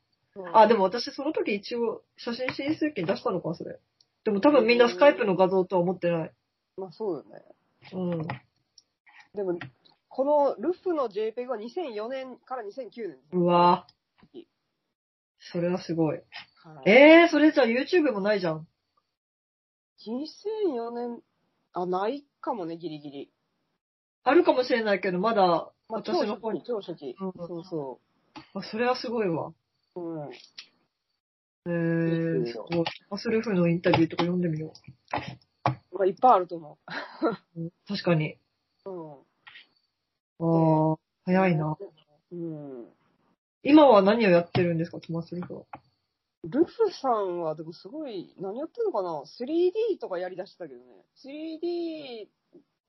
[SPEAKER 2] あ、でも私その時一応写真申請権出したのか、それ。でも多分みんなスカイプの画像とは思ってない。
[SPEAKER 1] まあそうよね。
[SPEAKER 2] うん。
[SPEAKER 1] でも、このルフの JPEG は2004年から2009年
[SPEAKER 2] うわぁ。それはすご
[SPEAKER 1] は
[SPEAKER 2] い。
[SPEAKER 1] い
[SPEAKER 2] えー、それじゃあ YouTube もないじゃん。
[SPEAKER 1] 2004年、あ、ないかもね、ギリギリ。
[SPEAKER 2] あるかもしれないけど、まだ
[SPEAKER 1] まあ、
[SPEAKER 2] 私の方に。
[SPEAKER 1] 長初期。
[SPEAKER 2] うん
[SPEAKER 1] そうそ
[SPEAKER 2] あそれはすごいわ。
[SPEAKER 1] う。うん。
[SPEAKER 2] えー、ちょっと、アスルフのインタビューとか読んでみよ
[SPEAKER 1] まあ、いっぱいあると思
[SPEAKER 2] う。うん確かに。
[SPEAKER 1] う。うん。
[SPEAKER 2] ああ、早いな。。
[SPEAKER 1] うん。
[SPEAKER 2] 今は何をやってるんですか、トマスルフは。
[SPEAKER 1] ルフさんは、でもすごい、何やってるのかな ?3D とかやりだしてたけどね。3D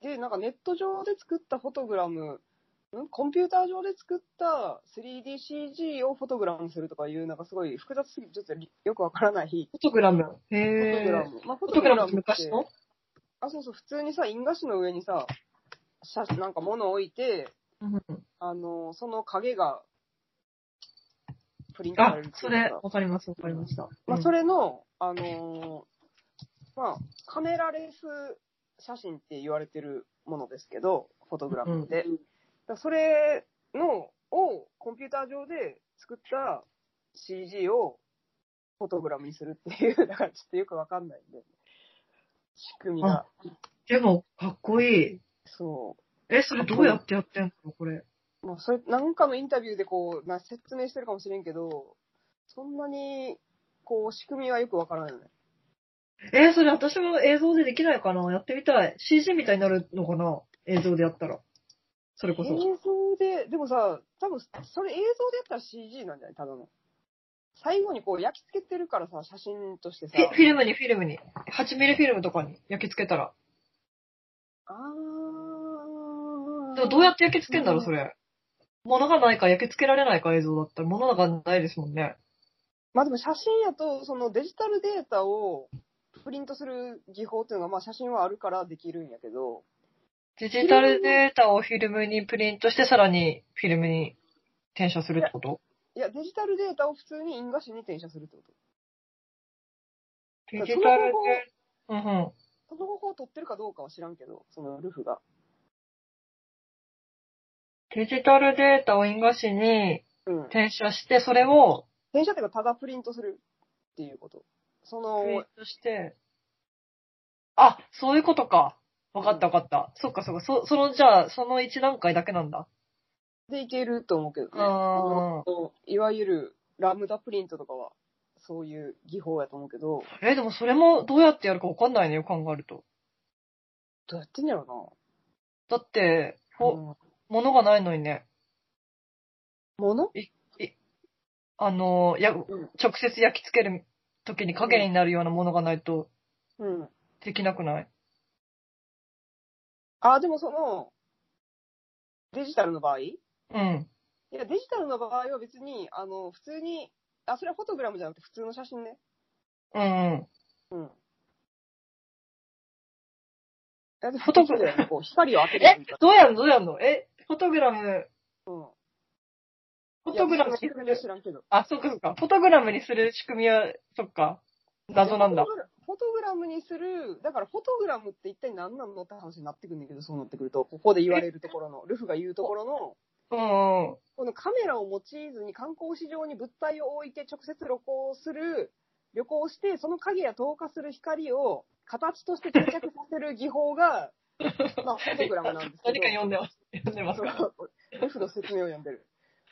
[SPEAKER 1] で、なんかネット上で作ったフォトグラム、んコンピューター上で作った 3DCG をフォトグラムするとかいう、なんかすごい複雑すぎて、ちょっとりよくわからない。
[SPEAKER 2] フォトグラム。へ
[SPEAKER 1] フォトグラ
[SPEAKER 2] え。
[SPEAKER 1] ム。まあ、フ
[SPEAKER 2] フォトグラムっ
[SPEAKER 1] っ
[SPEAKER 2] て
[SPEAKER 1] て
[SPEAKER 2] 昔の
[SPEAKER 1] あ、そうそう、普通にさ、印画紙の上にさ、写なんか物を置いて、
[SPEAKER 2] うん
[SPEAKER 1] あの、その影が、プリントさ
[SPEAKER 2] あ
[SPEAKER 1] れるっ、て
[SPEAKER 2] そ
[SPEAKER 1] いうか
[SPEAKER 2] れ、わかります、わかりました。
[SPEAKER 1] ま
[SPEAKER 2] う
[SPEAKER 1] あ、
[SPEAKER 2] ん
[SPEAKER 1] それの、あのーまあ、カメラレス写真って言われてるものですけど、フォトグラムで。だからそれの、をコンピューター上で作った CG をフォトグラムにするっていう、だからちょっとよくわかんないんで、仕組みが。
[SPEAKER 2] でも、かっこいい。
[SPEAKER 1] そう。
[SPEAKER 2] え、それどうやってやってんのこれ。
[SPEAKER 1] まあ、それ、なんかのインタビューでこう、な説明してるかもしれんけど、そんなに、こう、仕組みはよくわからないよね。
[SPEAKER 2] えーそれ私も映像でできないかなやってみたい。CG みたいになるのかな映像でやったら。それこ
[SPEAKER 1] 映
[SPEAKER 2] そ。
[SPEAKER 1] 像で、でもさ、多分、それ映像でやったら CG なんじゃないただの。最後にこう、焼き付けてるからさ、写真としてさ
[SPEAKER 2] フ。ィフィルムに、フィルムに。8ミリフィルムとかに焼き付けたら。
[SPEAKER 1] あー。
[SPEAKER 2] でもどうやって焼き付けんだろ
[SPEAKER 1] う
[SPEAKER 2] う、
[SPEAKER 1] ん
[SPEAKER 2] それ。物がないか焼き付けられないか映像だったら、物がないですもんね。
[SPEAKER 1] まあでも写真やと、そのデジタルデータをプリントする技法っていうのが、まあ写真はあるからできるんやけど、
[SPEAKER 2] デジタルデータをフィルムにプリントして、さらにフィルムに転写するってこと
[SPEAKER 1] いや、デジタルデータを普通に因果紙に転写するってこと。
[SPEAKER 2] デ
[SPEAKER 1] や
[SPEAKER 2] ジタルデータ、うんうん。
[SPEAKER 1] その方法を取ってるかどうかは知らんけど、そのルフが。
[SPEAKER 2] デジタルデータを因果紙に
[SPEAKER 1] うん。
[SPEAKER 2] 転写して、それを
[SPEAKER 1] 転写っていうか、ただプリントするっていうこと。そ
[SPEAKER 2] プリン
[SPEAKER 1] の、
[SPEAKER 2] トして、あ、そういうことか。わかったわかった。そっかそっか。そ、その、じゃあ、その一段階だけなんだ。
[SPEAKER 1] でいけると思うけどね。
[SPEAKER 2] あー
[SPEAKER 1] そのいわゆるラムダプリントとかは、そういう技法やと思うけど、
[SPEAKER 2] えーでもそれもどうやってやるかわかんないね、よく考えると。
[SPEAKER 1] どうやってんやろ
[SPEAKER 2] だって、
[SPEAKER 1] な。
[SPEAKER 2] ほ、
[SPEAKER 1] うん
[SPEAKER 2] 物がないのにね、
[SPEAKER 1] もの
[SPEAKER 2] あのー、や、
[SPEAKER 1] ん
[SPEAKER 2] 直接焼き付ける時に影になるようなものがないと
[SPEAKER 1] うん。
[SPEAKER 2] できなくない、
[SPEAKER 1] あ、でもその、デジタルの場合い
[SPEAKER 2] うん、
[SPEAKER 1] や、デジタルの場合は別に、あの、普通に、あ、それはフォトグラムじゃなくて普通の写真ね。
[SPEAKER 2] うん。うん。
[SPEAKER 1] うん。え、でも
[SPEAKER 2] フォトグ
[SPEAKER 1] そうだ よねこう光を当てる
[SPEAKER 2] え、どうやんのどうやんのえ、フォトグラム、
[SPEAKER 1] うん。
[SPEAKER 2] フォトグラムに
[SPEAKER 1] い
[SPEAKER 2] す
[SPEAKER 1] や僕も
[SPEAKER 2] る
[SPEAKER 1] 知。らんけど。
[SPEAKER 2] あ、そっかそっか。フォトグラムにする仕組みは、そっか。謎なんだ
[SPEAKER 1] フォ。トグラ。フォトグラムにする、だからフォトグラムって一体何なのって話になってくるんだけど、そうなってくると、ここで言われるところの、ルフが言うところの、
[SPEAKER 2] うんうん。
[SPEAKER 1] このカメラを用いずに観光市場に物体を置いて直接旅行する、 旅行して、その影や透過する光を形として定着させる技法が、まあ、フォトグラムなんですけ
[SPEAKER 2] 何
[SPEAKER 1] ど
[SPEAKER 2] か。読んでます。読んでますか
[SPEAKER 1] そう F の説明を読んでる。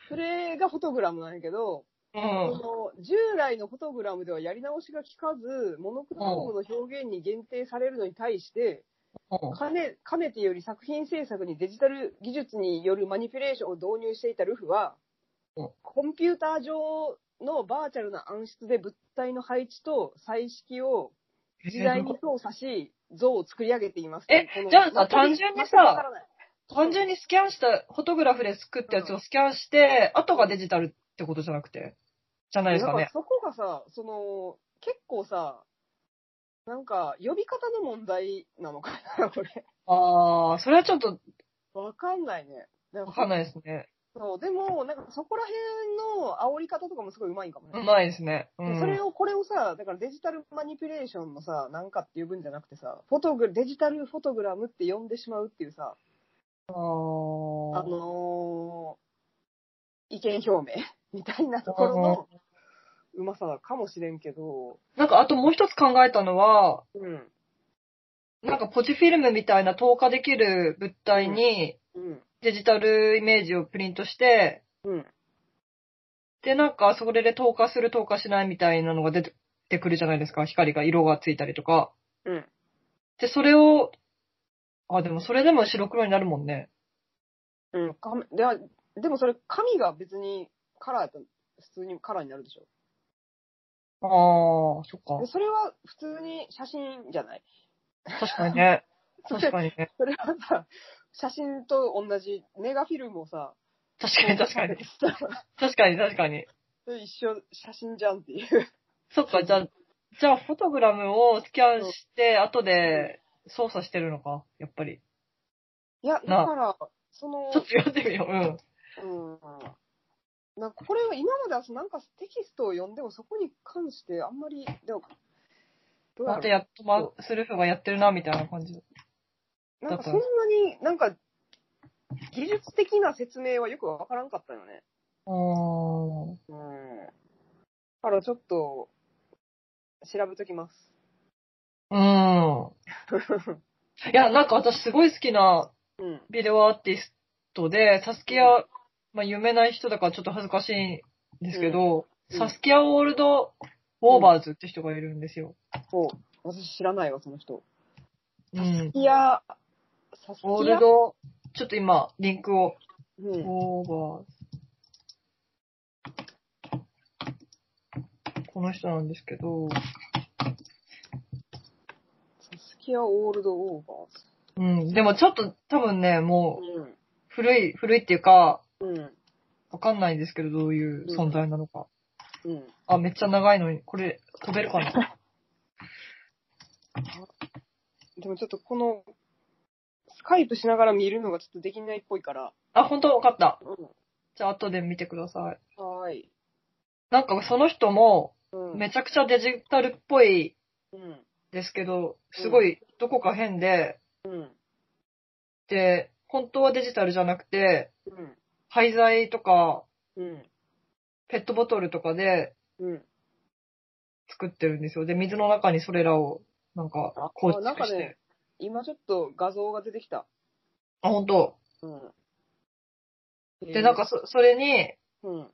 [SPEAKER 1] それがフォトグラムなんやけど、
[SPEAKER 2] うん。
[SPEAKER 1] その従来のフォトグラムではやり直しが効かず、モノクロームの表現に限定されるのに対して、
[SPEAKER 2] うん
[SPEAKER 1] かねかねてより作品制作にデジタル技術によるマニピュレーションを導入していたルフは
[SPEAKER 2] うん、
[SPEAKER 1] コンピューター上のバーチャルな暗室で物体の配置と彩色を時代に操作し、像を作り上げています。
[SPEAKER 2] え
[SPEAKER 1] この
[SPEAKER 2] じゃあさ
[SPEAKER 1] 全く
[SPEAKER 2] 単純にさ
[SPEAKER 1] 全くわからない
[SPEAKER 2] 単純にスキャンした、フォトグラフで作ったやつをスキャンして、あとがデジタルってことじゃなくて、じゃないですか
[SPEAKER 1] なん
[SPEAKER 2] ね
[SPEAKER 1] か。そこがさ、その、結構さ、なんか、呼び方の問題なのかな、 これ。
[SPEAKER 2] ああ、それはちょっと
[SPEAKER 1] わかんないね。なん
[SPEAKER 2] わかんないですね。
[SPEAKER 1] そう、でも、なんかそこら辺の煽り方とかもすごいうまいんかも
[SPEAKER 2] う
[SPEAKER 1] ね。
[SPEAKER 2] まいですね。うん。
[SPEAKER 1] それを、これをさ、だからデジタルマニピュレーションのさ、なんかっていう分じゃなくてさ、フォトグ、デジタルフォトグラムって呼んでしまうっていうさ、あ
[SPEAKER 2] ああ。
[SPEAKER 1] のー意見表明 みたいなところのうまさかもしれんけど、
[SPEAKER 2] なんか、あともう一つ考えたのは、
[SPEAKER 1] うん、
[SPEAKER 2] なんかポチフィルムみたいな透過できる物体に
[SPEAKER 1] うん、
[SPEAKER 2] デジタルイメージをプリントして、
[SPEAKER 1] うん。
[SPEAKER 2] で、なんかそれで透過する透過しないみたいなのが出てくるじゃないですか。光が、色がついたりとか。
[SPEAKER 1] うん。
[SPEAKER 2] で、それを、あ、でもそれでも白黒になるもんね。
[SPEAKER 1] うん、紙ではでもそれ、紙が別にカラーやったら普通にカラーになるでしょ。
[SPEAKER 2] ああ、そっか
[SPEAKER 1] で。それは普通に写真じゃない。
[SPEAKER 2] 確かに ね。
[SPEAKER 1] そ
[SPEAKER 2] 確
[SPEAKER 1] れ
[SPEAKER 2] かにね。
[SPEAKER 1] それはさ、写真と同じネガフィルムをさ、
[SPEAKER 2] 確かに確かに。
[SPEAKER 1] そ
[SPEAKER 2] 確かに確かに。
[SPEAKER 1] れ一緒、写真じゃんっていう。
[SPEAKER 2] そっか、じゃあ、じゃあフォトグラムをスキャンして、後で操作してるのか、やっぱり。
[SPEAKER 1] いや、だ
[SPEAKER 2] なあ
[SPEAKER 1] から、その
[SPEAKER 2] ちょ、っと読んでみよう。うん。
[SPEAKER 1] うん。なんかこれは今まではなんかテキストを読んでもそこに関してあんまり、でも、どうや
[SPEAKER 2] ま
[SPEAKER 1] ろう
[SPEAKER 2] たやっとま、スルフがやってるな、みたいな感じ。
[SPEAKER 1] なんかそんなになんか技術的な説明はよくわからんかったよね。
[SPEAKER 2] あ
[SPEAKER 1] う
[SPEAKER 2] ー
[SPEAKER 1] ん。だからちょっと、調べときます。
[SPEAKER 2] うん。いや、なんか私すごい好きな
[SPEAKER 1] うん。
[SPEAKER 2] ビデオアーティストで、サスキア、まあ、有名な人だからちょっと恥ずかしいんですけど、
[SPEAKER 1] うん
[SPEAKER 2] サスキア・オールド・ウォーバーズって人がいるんですよ。
[SPEAKER 1] そう。私知らないわ、その人。
[SPEAKER 2] うん。
[SPEAKER 1] いや、サスキア。
[SPEAKER 2] オールド、ちょっと今、リンクを。
[SPEAKER 1] う
[SPEAKER 2] ウ
[SPEAKER 1] ん。
[SPEAKER 2] ォーバーズ。この人なんですけど、
[SPEAKER 1] サスキアオールドオーバ
[SPEAKER 2] うん。でもちょっと多分ね、もう
[SPEAKER 1] ーズ。
[SPEAKER 2] 古い、古いっていうか、
[SPEAKER 1] うん。うん。
[SPEAKER 2] わかんないですけど、どういう存在なのか。
[SPEAKER 1] うん。
[SPEAKER 2] あ、めっちゃ長いのに、これ、飛べる かな
[SPEAKER 1] でもちょっとこの、スカイプしながら見るのがちょっとできないっぽいから。
[SPEAKER 2] あ、本当わかった。
[SPEAKER 1] う
[SPEAKER 2] じゃあ、後で見てください。
[SPEAKER 1] ん。はーい。
[SPEAKER 2] なんか、その人も、
[SPEAKER 1] うん。
[SPEAKER 2] めちゃくちゃデジタルっぽい
[SPEAKER 1] うん。
[SPEAKER 2] ですけど、すごい、どこか変で、
[SPEAKER 1] うん。
[SPEAKER 2] で、本当はデジタルじゃなくて、
[SPEAKER 1] うん。
[SPEAKER 2] 廃材とか、
[SPEAKER 1] うん。
[SPEAKER 2] ペットボトルとかで
[SPEAKER 1] うん。
[SPEAKER 2] 作ってるんですよ。で、水の中にそれらを、なんか
[SPEAKER 1] あ、
[SPEAKER 2] 構
[SPEAKER 1] なん
[SPEAKER 2] 築
[SPEAKER 1] か
[SPEAKER 2] して
[SPEAKER 1] ね。今ちょっと画像が出てきた。
[SPEAKER 2] あ、本当。
[SPEAKER 1] うん。
[SPEAKER 2] で、なんか、そ、それに、
[SPEAKER 1] うん。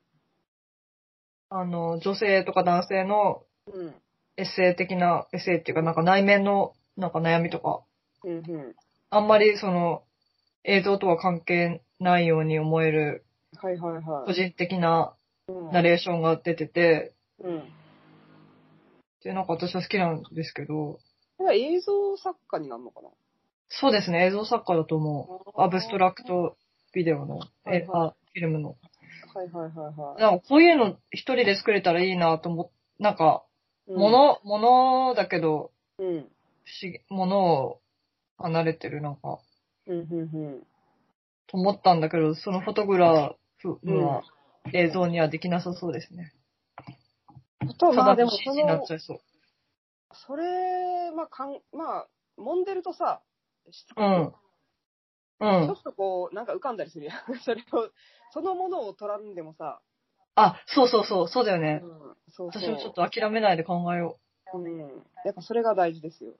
[SPEAKER 2] あの、女性とか男性の
[SPEAKER 1] うん。
[SPEAKER 2] エッセイ的な、エッセイっていうか、なんか内面の、なんか悩みとか、
[SPEAKER 1] うん。うん。
[SPEAKER 2] あんまりその、映像とは関係ないように思える、
[SPEAKER 1] はいはいは
[SPEAKER 2] 個
[SPEAKER 1] い。
[SPEAKER 2] 人的な
[SPEAKER 1] うん
[SPEAKER 2] ナレーションが出てて、
[SPEAKER 1] うん。
[SPEAKER 2] で、なんか私は好きなんですけど、
[SPEAKER 1] これは映像作家になるのかな
[SPEAKER 2] そうですね、映像作家だと思う。アブストラク。トビデオの、
[SPEAKER 1] はい
[SPEAKER 2] え、
[SPEAKER 1] はい
[SPEAKER 2] あ、フィルムの。
[SPEAKER 1] はいはいはいはい。
[SPEAKER 2] なんかこういうの一人で作れたらいいなと思っなんか、もの、ものだけど、
[SPEAKER 1] うん。
[SPEAKER 2] 不思議、ものを離れてる、なんか、
[SPEAKER 1] うん、うん、
[SPEAKER 2] と思ったんだけど、そのフォトグラフ
[SPEAKER 1] うん。
[SPEAKER 2] は映像にはできなさそうですね。
[SPEAKER 1] うん。と、
[SPEAKER 2] た
[SPEAKER 1] まあ
[SPEAKER 2] だ
[SPEAKER 1] でも、
[SPEAKER 2] の CG
[SPEAKER 1] そ
[SPEAKER 2] になっ
[SPEAKER 1] の
[SPEAKER 2] ち、ゃいそう。
[SPEAKER 1] それ、まあ、かん、まあ、揉んでるとさ、しつこ
[SPEAKER 2] う
[SPEAKER 1] く
[SPEAKER 2] ん。う
[SPEAKER 1] ちょ
[SPEAKER 2] ん。
[SPEAKER 1] っとこう、なんか浮かんだりするやん。 それを、そのものを取らんでもさ、
[SPEAKER 2] あ、そうそうそう、そうだよ
[SPEAKER 1] う
[SPEAKER 2] ね。
[SPEAKER 1] ん、そうそう。
[SPEAKER 2] 私もちょっと諦めないで考えよ
[SPEAKER 1] うん。やっぱそれが大事ですよ。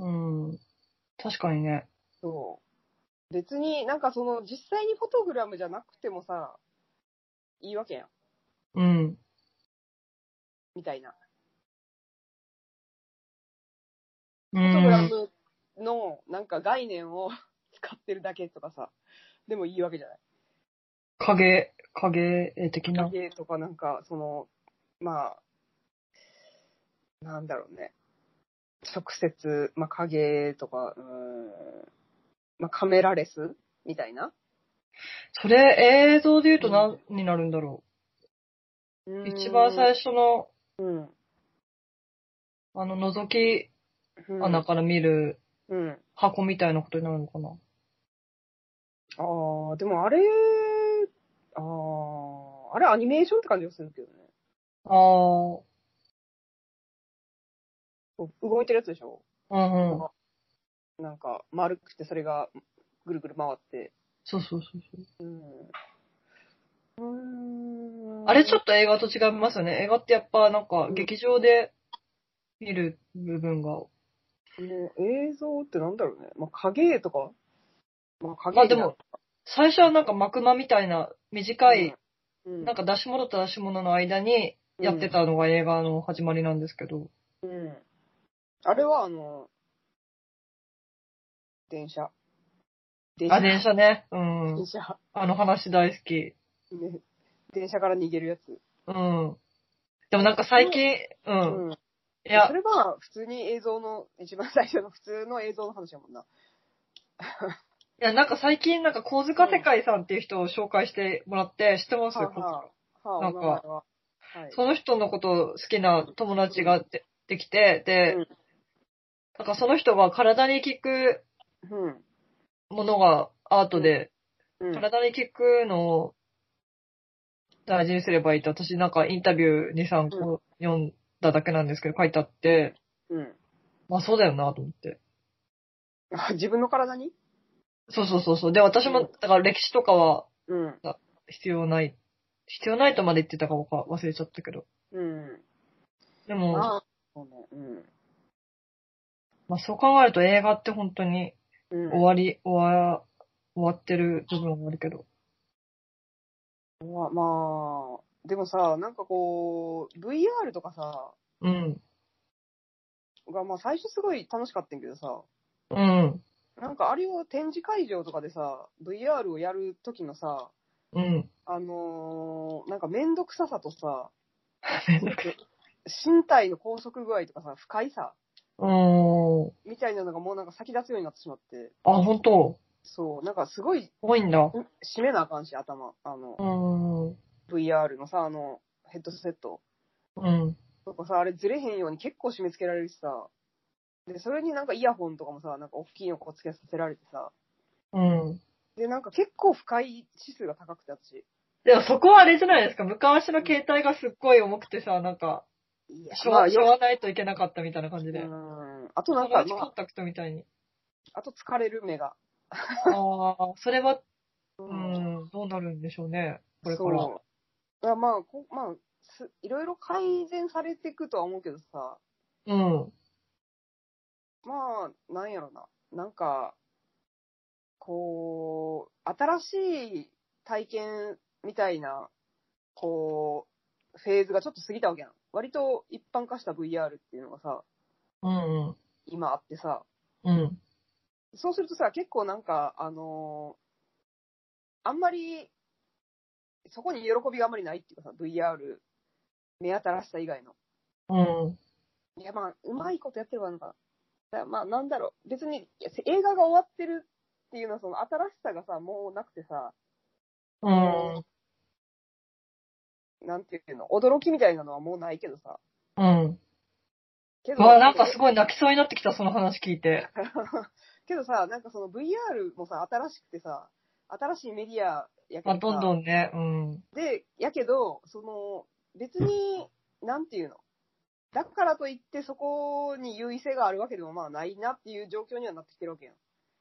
[SPEAKER 2] う。うん。確かにね。
[SPEAKER 1] そう。別になんかその実際にフォトグラムじゃなくてもさ、いいわけやん。
[SPEAKER 2] うん。
[SPEAKER 1] みたいな。
[SPEAKER 2] う
[SPEAKER 1] フォトグラ
[SPEAKER 2] ん。
[SPEAKER 1] ムのなんか概念を 使ってるだけとかさ、でもいいわけじゃない。
[SPEAKER 2] 影、影絵的な。
[SPEAKER 1] 影とかなんか、その、まあ、なんだろうね。直接、まあ影とか、うーん、まあカメラレスみたいな。
[SPEAKER 2] それ、映像で言うと何になるんだろう。一番最
[SPEAKER 1] 初。
[SPEAKER 2] 初の、
[SPEAKER 1] うん。
[SPEAKER 2] あの、覗き
[SPEAKER 1] うん
[SPEAKER 2] 穴から見る
[SPEAKER 1] うん。
[SPEAKER 2] 箱みたいなことになるのかな。
[SPEAKER 1] ああ、でもあれ、ああ、あれアニメーションって感じがするけどね。こう動いてるやつでしょ
[SPEAKER 2] ああ、うんうん。
[SPEAKER 1] なんか丸くてそれがぐるぐる回って。
[SPEAKER 2] そうそうそうそ
[SPEAKER 1] う
[SPEAKER 2] う。
[SPEAKER 1] ん。うーん
[SPEAKER 2] あれちょっと映画と違いますよね。映画ってやっぱなんか
[SPEAKER 1] うん
[SPEAKER 2] 劇場で見る部分が。
[SPEAKER 1] ね、映像ってなんだろうね。まあ、影絵とかまあ、影
[SPEAKER 2] まあ
[SPEAKER 1] 絵じ
[SPEAKER 2] で
[SPEAKER 1] ゃん
[SPEAKER 2] も、、最初はなんか幕間みたいな短い、
[SPEAKER 1] うん、
[SPEAKER 2] なんか出し物と出し物の間にやってたのが映画の始まりなんですけど。
[SPEAKER 1] うん。うん。あれは、あの、電車。電
[SPEAKER 2] あ、電車ね。う
[SPEAKER 1] 電
[SPEAKER 2] ん。
[SPEAKER 1] 車。
[SPEAKER 2] あの話大好き。
[SPEAKER 1] ね、電車から逃げるやつ。
[SPEAKER 2] うん。でもなんか最近、うん。
[SPEAKER 1] うん。
[SPEAKER 2] いや
[SPEAKER 1] そ、れは、普通に映像の、一番最初の普通の映像の話やもんな。
[SPEAKER 2] いや、なんか最近、なんか、小塚世界さんっていう人を紹介してもらって、知ってます
[SPEAKER 1] はあはあ、はあ、
[SPEAKER 2] な
[SPEAKER 1] お
[SPEAKER 2] んか
[SPEAKER 1] 名前は。はい。
[SPEAKER 2] その人のこと好きな友達がでできて、で、
[SPEAKER 1] うん
[SPEAKER 2] なんかその人が体に効く
[SPEAKER 1] うん。
[SPEAKER 2] ものがアートで、
[SPEAKER 1] うん。
[SPEAKER 2] 体に効くのを大事にすればいいって、私なんかインタビュー2、3個読んだだけなんですけど、書いてあって、
[SPEAKER 1] うん。
[SPEAKER 2] まあそうだよなと思って。
[SPEAKER 1] あ自分の体に
[SPEAKER 2] そうそうそうそう。で、私
[SPEAKER 1] う
[SPEAKER 2] も、
[SPEAKER 1] ん
[SPEAKER 2] だから歴史とかは
[SPEAKER 1] うん。
[SPEAKER 2] 必要ない、必要ないとまで言ってたかわ忘れちゃったけど。
[SPEAKER 1] うん。
[SPEAKER 2] でも、
[SPEAKER 1] ああ、そうね。うん。
[SPEAKER 2] まあ、そう考えると映画って本当に
[SPEAKER 1] うん、
[SPEAKER 2] 終わり、終わ、終わってる部分もあるけど。
[SPEAKER 1] まあ、まあ、でもさ、なんかこう、VR とかさ、
[SPEAKER 2] うん。
[SPEAKER 1] がまあ最初すごい楽しかったんやけどさ、
[SPEAKER 2] うん。
[SPEAKER 1] なんかあれを展示会場とかでさ、VR をやる時のさ、
[SPEAKER 2] うん。
[SPEAKER 1] あのーなんかめんどくささとさ、
[SPEAKER 2] めんどくさい。
[SPEAKER 1] 身体の拘束具合とかさ、不快さ
[SPEAKER 2] うーん。
[SPEAKER 1] みたいなのがもうなんか先立つようになってしまって、
[SPEAKER 2] あ、本当
[SPEAKER 1] そう、なんかすごい
[SPEAKER 2] 多いんだ。う
[SPEAKER 1] 締めなあかんし、頭。あの、
[SPEAKER 2] ーん。
[SPEAKER 1] VR のさ、あの、ヘッドセット。
[SPEAKER 2] うん。
[SPEAKER 1] とかさ、あれずれへんように結構締め付けられるしさ。で、それになんかイヤホンとかもさ、なんか大きいのこうつけさせられてさ。
[SPEAKER 2] うん。
[SPEAKER 1] で、なんか結構不快指数が高くて、私。
[SPEAKER 2] でもそこはあれじゃないですか。昔の携帯がすっごい重くてさ、なんか、
[SPEAKER 1] い
[SPEAKER 2] しょうしょうがないといけなかったみたいな感じ
[SPEAKER 1] う
[SPEAKER 2] で。
[SPEAKER 1] ん。あとな
[SPEAKER 2] なんん
[SPEAKER 1] か、
[SPEAKER 2] か、コ
[SPEAKER 1] まあ
[SPEAKER 2] ン、タクトみたいに。
[SPEAKER 1] あと疲れる目が。
[SPEAKER 2] ああ、それは、
[SPEAKER 1] う
[SPEAKER 2] う。ん、どうなるんでしょうね。これか
[SPEAKER 1] そう。
[SPEAKER 2] ら。
[SPEAKER 1] いや、まあ、こまあす、いろいろ改善されていくとは思うけどさ、
[SPEAKER 2] うん。
[SPEAKER 1] まあ、なんやろな。なんか、こう、新しい体験みたいな、こう、フェーズがちょっと過ぎたわけやん。割と一般化した VR っていうのがさ、
[SPEAKER 2] うんうん。
[SPEAKER 1] 今あってさ、
[SPEAKER 2] うん。
[SPEAKER 1] そうするとさ、結構なんか、あのーあんまり、そこに喜びがあんまりないっていうかさ、VR、目新しさ以外の。
[SPEAKER 2] うん。
[SPEAKER 1] いや、まあ、うまいことやってるわ、なんか。だからまあ、なんだろう。別に、いやせ映画が終わってるっていうのは、その新しさがさ、もうなくてさ、
[SPEAKER 2] うん。
[SPEAKER 1] なんていうの、驚きみたいなのはもうないけどさ。
[SPEAKER 2] うん。
[SPEAKER 1] けど、
[SPEAKER 2] わあ、なんかすごい泣きそうになってきた、その話聞いて。
[SPEAKER 1] けどさ、なんかその VR もさ、新しくてさ、新しいメディアやけどさ、
[SPEAKER 2] まあ、どんどんね、うん。
[SPEAKER 1] で、やけど、その、別に、なんていうの。だからといって、そこに優位性があるわけでもまあないなっていう状況にはなってきてるわけやん。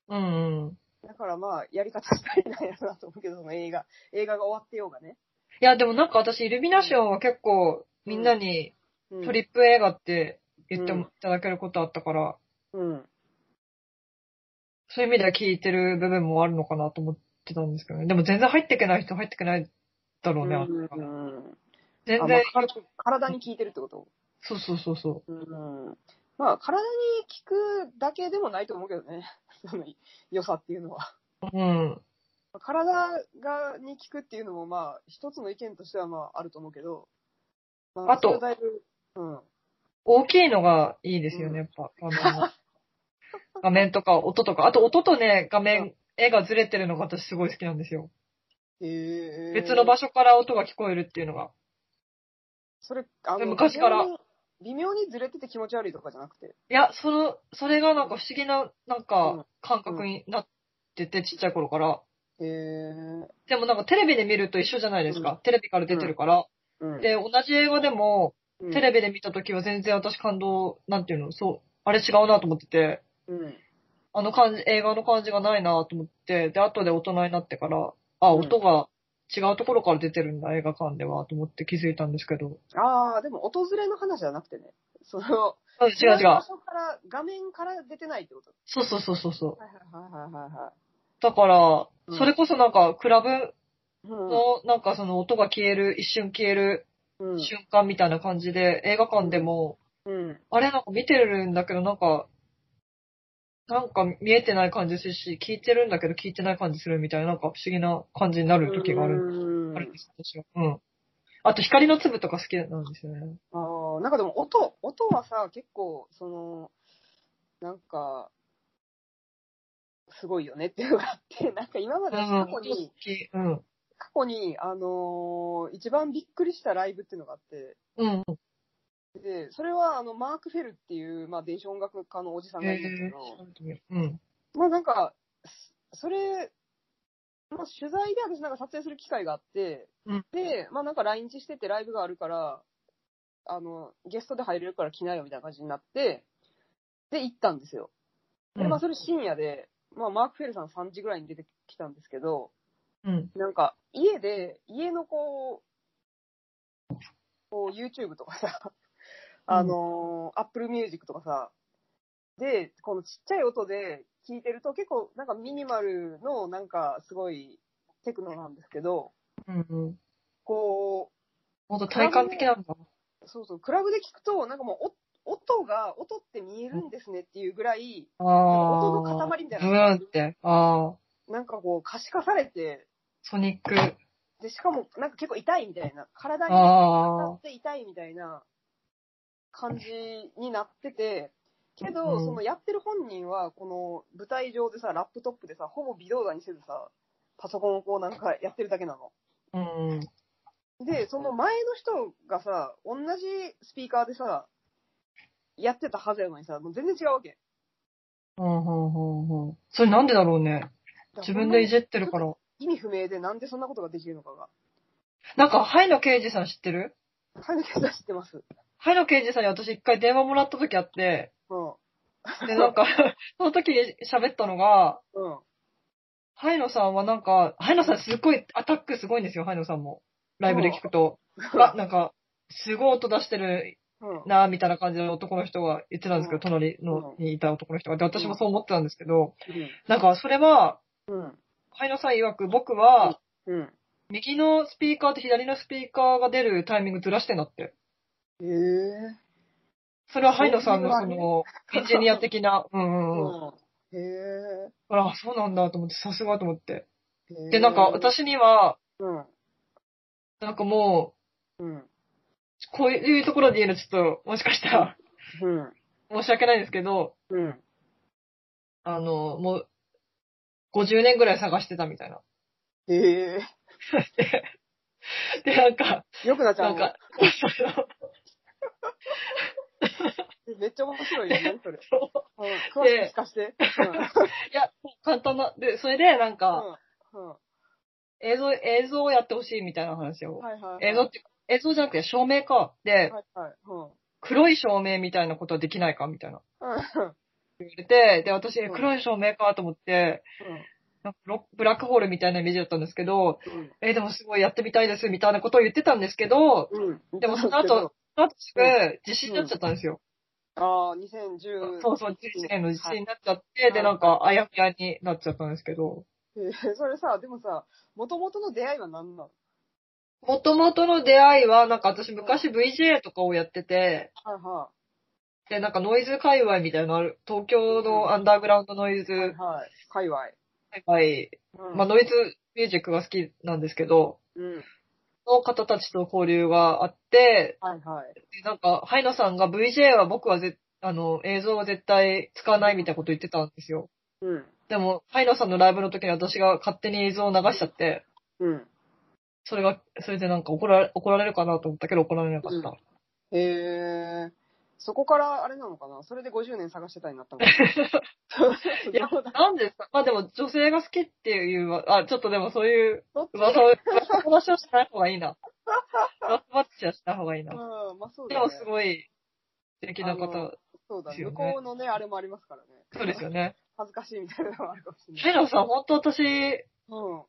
[SPEAKER 2] うんうん。
[SPEAKER 1] だからまあ、やり方次第なんやろなと思うけど、その映画、映画が終わってようがね。
[SPEAKER 2] いや、でもなんか私、イルミナシオンは結構、みんなに
[SPEAKER 1] うん
[SPEAKER 2] トリップ映画って言って
[SPEAKER 1] うん
[SPEAKER 2] いただけることあったから、
[SPEAKER 1] うん。
[SPEAKER 2] そういう意味では聞いてる部分もあるのかなと思ってたんですけどね。でも全然入ってけない人入ってけないだろうね、あんた
[SPEAKER 1] う
[SPEAKER 2] は
[SPEAKER 1] ん
[SPEAKER 2] 全
[SPEAKER 1] あま
[SPEAKER 2] 然
[SPEAKER 1] あ、体体に効いてるってこと
[SPEAKER 2] そうそうそうそう。
[SPEAKER 1] うん。まあ、体に効くだけでもないと思うけどね。 その良さっていうのは。
[SPEAKER 2] うん。
[SPEAKER 1] 体が、に効くっていうのも、まあ、一つの意見としては、まあ、あると思うけど。ま
[SPEAKER 2] あ
[SPEAKER 1] そ
[SPEAKER 2] と
[SPEAKER 1] れはだいぶ、うん。
[SPEAKER 2] 大きいのがいいですよね、やっぱ。画面画面とか音とか。あと音とね、画
[SPEAKER 1] う
[SPEAKER 2] 面、絵がずれてるのが私すごい好きなんですよ。
[SPEAKER 1] へえ。
[SPEAKER 2] 別の場所から音が聞こえるっていうのが。
[SPEAKER 1] それ、あの、
[SPEAKER 2] 昔か
[SPEAKER 1] 微
[SPEAKER 2] ら
[SPEAKER 1] 妙に。微妙にずれてて気持ち悪いとかじゃなくて。
[SPEAKER 2] いや、その、それがなんか不思議な、なん
[SPEAKER 1] うん
[SPEAKER 2] か、感覚になってて、ちっちゃい頃から。
[SPEAKER 1] へえ。
[SPEAKER 2] でもなんかテレビで見ると一緒じゃないです
[SPEAKER 1] う
[SPEAKER 2] か。テレビから出てるから。
[SPEAKER 1] うん。
[SPEAKER 2] で、同じ映画でも、
[SPEAKER 1] うん、
[SPEAKER 2] テレビで見た時は全然私感動、なんていうの、そう、あれ違うなと思ってて、
[SPEAKER 1] うん。
[SPEAKER 2] あの感じ、映画の感じがないなと思って、で、後で大人になってから、あ、
[SPEAKER 1] うん
[SPEAKER 2] 音が違うところから出てるんだ、映画館では、と思って気づいたんですけど。
[SPEAKER 1] ああ、でも、訪れの話じゃなくてね。その、
[SPEAKER 2] うん違う違
[SPEAKER 1] 同じ場
[SPEAKER 2] う。
[SPEAKER 1] 所から、画面から出てないってこと。
[SPEAKER 2] そうそうそうそうそう。
[SPEAKER 1] はいはいはいはいは
[SPEAKER 2] だから
[SPEAKER 1] う、ん
[SPEAKER 2] それこそなんか、クラブ
[SPEAKER 1] いはい。
[SPEAKER 2] の、なんかその音が消える、一瞬消える
[SPEAKER 1] うん。うん
[SPEAKER 2] 瞬間みたいな感じで、映画館でも、
[SPEAKER 1] うん。
[SPEAKER 2] あれなんか見てるんだけど、なんか、なんか見えてない感じするし、聞いてるんだけど聞いてない感じするみたいな、なんか不思議な感じになる時がある。
[SPEAKER 1] うーん
[SPEAKER 2] あるんです、私は。うん。あと、光の粒とか好きなんですよね。
[SPEAKER 1] あーなんかでも音、音はさ、結構、その、なんか、すごいよねっていうのがあ って、なんか今まで過去に、
[SPEAKER 2] うん。
[SPEAKER 1] 過去に、あのー一番びっくりしたライブっていうのがあって、
[SPEAKER 2] うん。
[SPEAKER 1] で、それはあの、マーク・フェルっていう、まあ、電子音楽家のおじさんがいるんだけど、
[SPEAKER 2] うん。
[SPEAKER 1] まあなんか、そそれ、まあ、取材で私なんか撮影する機会があって、
[SPEAKER 2] うん
[SPEAKER 1] で、まあなんか来日しててライブがあるから、あの、ゲストで入れるから来なよみたいな感じになって、で、行ったんですよ。で、まあそれ深夜で、まあマーク・フェルさん3時ぐらいに出てきたんですけど、
[SPEAKER 2] うん。
[SPEAKER 1] なんか家で、家のこう、こう YouTube とかさ、あのー、Apple Music とかさ、で、このちっちゃい音で聞いてると結構なんかミニマルのなんかすごいテクノなんですけど、
[SPEAKER 2] うん。
[SPEAKER 1] こ
[SPEAKER 2] ほんと体感的なんだ。
[SPEAKER 1] う、そうそう、クラブで聞くとなんかもうお音が、音って見えるんですねっていうぐらい、
[SPEAKER 2] ああ。
[SPEAKER 1] 音の塊みたいな
[SPEAKER 2] ブーンって。ああ。
[SPEAKER 1] なんかこう可視化されて、
[SPEAKER 2] ソニック。
[SPEAKER 1] で、しかもなんか結構痛いみたいな、体に当た
[SPEAKER 2] あ
[SPEAKER 1] って痛いみたいな感じになってて、けど、
[SPEAKER 2] うん
[SPEAKER 1] そのやってる本人は、この舞台上でさ、ラップトップでさ、ほぼ微動だにせずさ、パソコンをこうなんかやってるだけなの。
[SPEAKER 2] あ。うん。
[SPEAKER 1] で、その前の人がさ、同じスピーカーでさ、やってたはずやのにさ、もう全然違うわけ。
[SPEAKER 2] うん、うん、うん、うん。それなんでだろうね。自分でいじってるから。
[SPEAKER 1] 意味不明で、なんでそんなことができるのかが。
[SPEAKER 2] なんか、ハイの刑事さん知ってる
[SPEAKER 1] はい、皆さん知ってます。
[SPEAKER 2] ハイの刑事さんに私一回電話もらった時あって、
[SPEAKER 1] うん。
[SPEAKER 2] で、なんか、 その時喋ったのが、
[SPEAKER 1] うん。
[SPEAKER 2] ハイノさんはなんか、ハイノさんすごい、アタックすごいんですよ、ハイノさんも。ライブで聞くと。あ、なんか、すごい音出してる
[SPEAKER 1] うん。
[SPEAKER 2] なぁ、みたいな感じの男の人が言ってたんですけど、隣のにいた男の人が。で、私もそう思ってたんですけど、なんか、それは、
[SPEAKER 1] うん。
[SPEAKER 2] ハイノさん曰く、僕は、
[SPEAKER 1] うん。
[SPEAKER 2] 右のスピーカーと左のスピーカーが出るタイミングずらしてんだって。
[SPEAKER 1] ええ
[SPEAKER 2] それはハイノさんの
[SPEAKER 1] そうい
[SPEAKER 2] そうの、エンジニア的な、うんうんうん。
[SPEAKER 1] うん。へえ。
[SPEAKER 2] あら、そうなんだと思って、さすがと思って。
[SPEAKER 1] で
[SPEAKER 2] で、なんか、、私には、
[SPEAKER 1] うん。
[SPEAKER 2] なんかもう、
[SPEAKER 1] うん。
[SPEAKER 2] こういうところで言うのちょっと、もしかしたら、
[SPEAKER 1] うん。
[SPEAKER 2] 申し訳ないんですけど、
[SPEAKER 1] うん。
[SPEAKER 2] あの、もう、50年ぐらい探してたみたいな。
[SPEAKER 1] ええ
[SPEAKER 2] で、なんか、
[SPEAKER 1] よくなっちゃ
[SPEAKER 2] な
[SPEAKER 1] うんの
[SPEAKER 2] か、 そ
[SPEAKER 1] めっちゃ面白いよね、それ。
[SPEAKER 2] の
[SPEAKER 1] うん。詳しく聞か して。
[SPEAKER 2] いや、簡単な、で、それで、なん
[SPEAKER 1] うん。
[SPEAKER 2] か、
[SPEAKER 1] うん。うん
[SPEAKER 2] 映像、映像をやってほしいみたいな話を。
[SPEAKER 1] はいはい。
[SPEAKER 2] 映像って、映像じゃなくて照明か。で、
[SPEAKER 1] はいはい。うん。
[SPEAKER 2] 黒い照明みたいなことはできないかみたいな。
[SPEAKER 1] うん
[SPEAKER 2] 言われて、で、私、
[SPEAKER 1] うん
[SPEAKER 2] 黒い照明かと思って、なんかロブラックホールみたいなイメージだったんですけど、
[SPEAKER 1] うん。
[SPEAKER 2] えーでもすごいやってみたいですみたいなことを言ってたんですけど、
[SPEAKER 1] うん。うん。
[SPEAKER 2] でもその後、なんとなく、自信になっちゃったんですよ。
[SPEAKER 1] ああ、2010。
[SPEAKER 2] そうそう、11年の地震になっちゃって、で、なんか、あやふやになっちゃったんですけど、
[SPEAKER 1] えーそれさ、でもさ、元々の出会いは何なの
[SPEAKER 2] もともとの出会いは、なんか私昔 VJ とかをやってて、
[SPEAKER 1] はいは
[SPEAKER 2] で、なんかノイズ界隈みたいなのある、東京のアンダーグラウンドノイズ
[SPEAKER 1] い。はい。界隈。
[SPEAKER 2] 界
[SPEAKER 1] う
[SPEAKER 2] 隈、
[SPEAKER 1] ん
[SPEAKER 2] まあノイズミュージックが好きなんですけど、
[SPEAKER 1] うん。
[SPEAKER 2] の方たちと交流があって、
[SPEAKER 1] はいはい。
[SPEAKER 2] でなんか、ハイノさんが VJ は僕はぜあの、映像は絶対使わないみたいなこと言ってたんですよ。
[SPEAKER 1] うん。
[SPEAKER 2] でも、ハイノさんのライブの時に私が勝手に映像を流しちゃって、
[SPEAKER 1] うん。
[SPEAKER 2] それが、それでなんか怒られ、怒られるかなと思ったけど怒られなかった。
[SPEAKER 1] へえー。そこからあれなのかなそれで50年探してたになったのか ないや、そうだ
[SPEAKER 2] なんですかまあでも女性が好きっていうわ、あ、ちょっとでもそういう
[SPEAKER 1] そっち
[SPEAKER 2] 噂を、噂話をしない方がい いな。噂話はしない方がいいな。
[SPEAKER 1] うん、まあそうだ
[SPEAKER 2] で
[SPEAKER 1] ね。
[SPEAKER 2] もすごい素敵な
[SPEAKER 1] あの
[SPEAKER 2] 方、
[SPEAKER 1] そうだ、
[SPEAKER 2] ですよ
[SPEAKER 1] 向
[SPEAKER 2] ね
[SPEAKER 1] こうのね、あれもありますからね。
[SPEAKER 2] そうですよね。
[SPEAKER 1] 恥ずかしいみたいなのもあるかもしれな
[SPEAKER 2] ハ
[SPEAKER 1] い。
[SPEAKER 2] イノさん、本当私、伝
[SPEAKER 1] うん。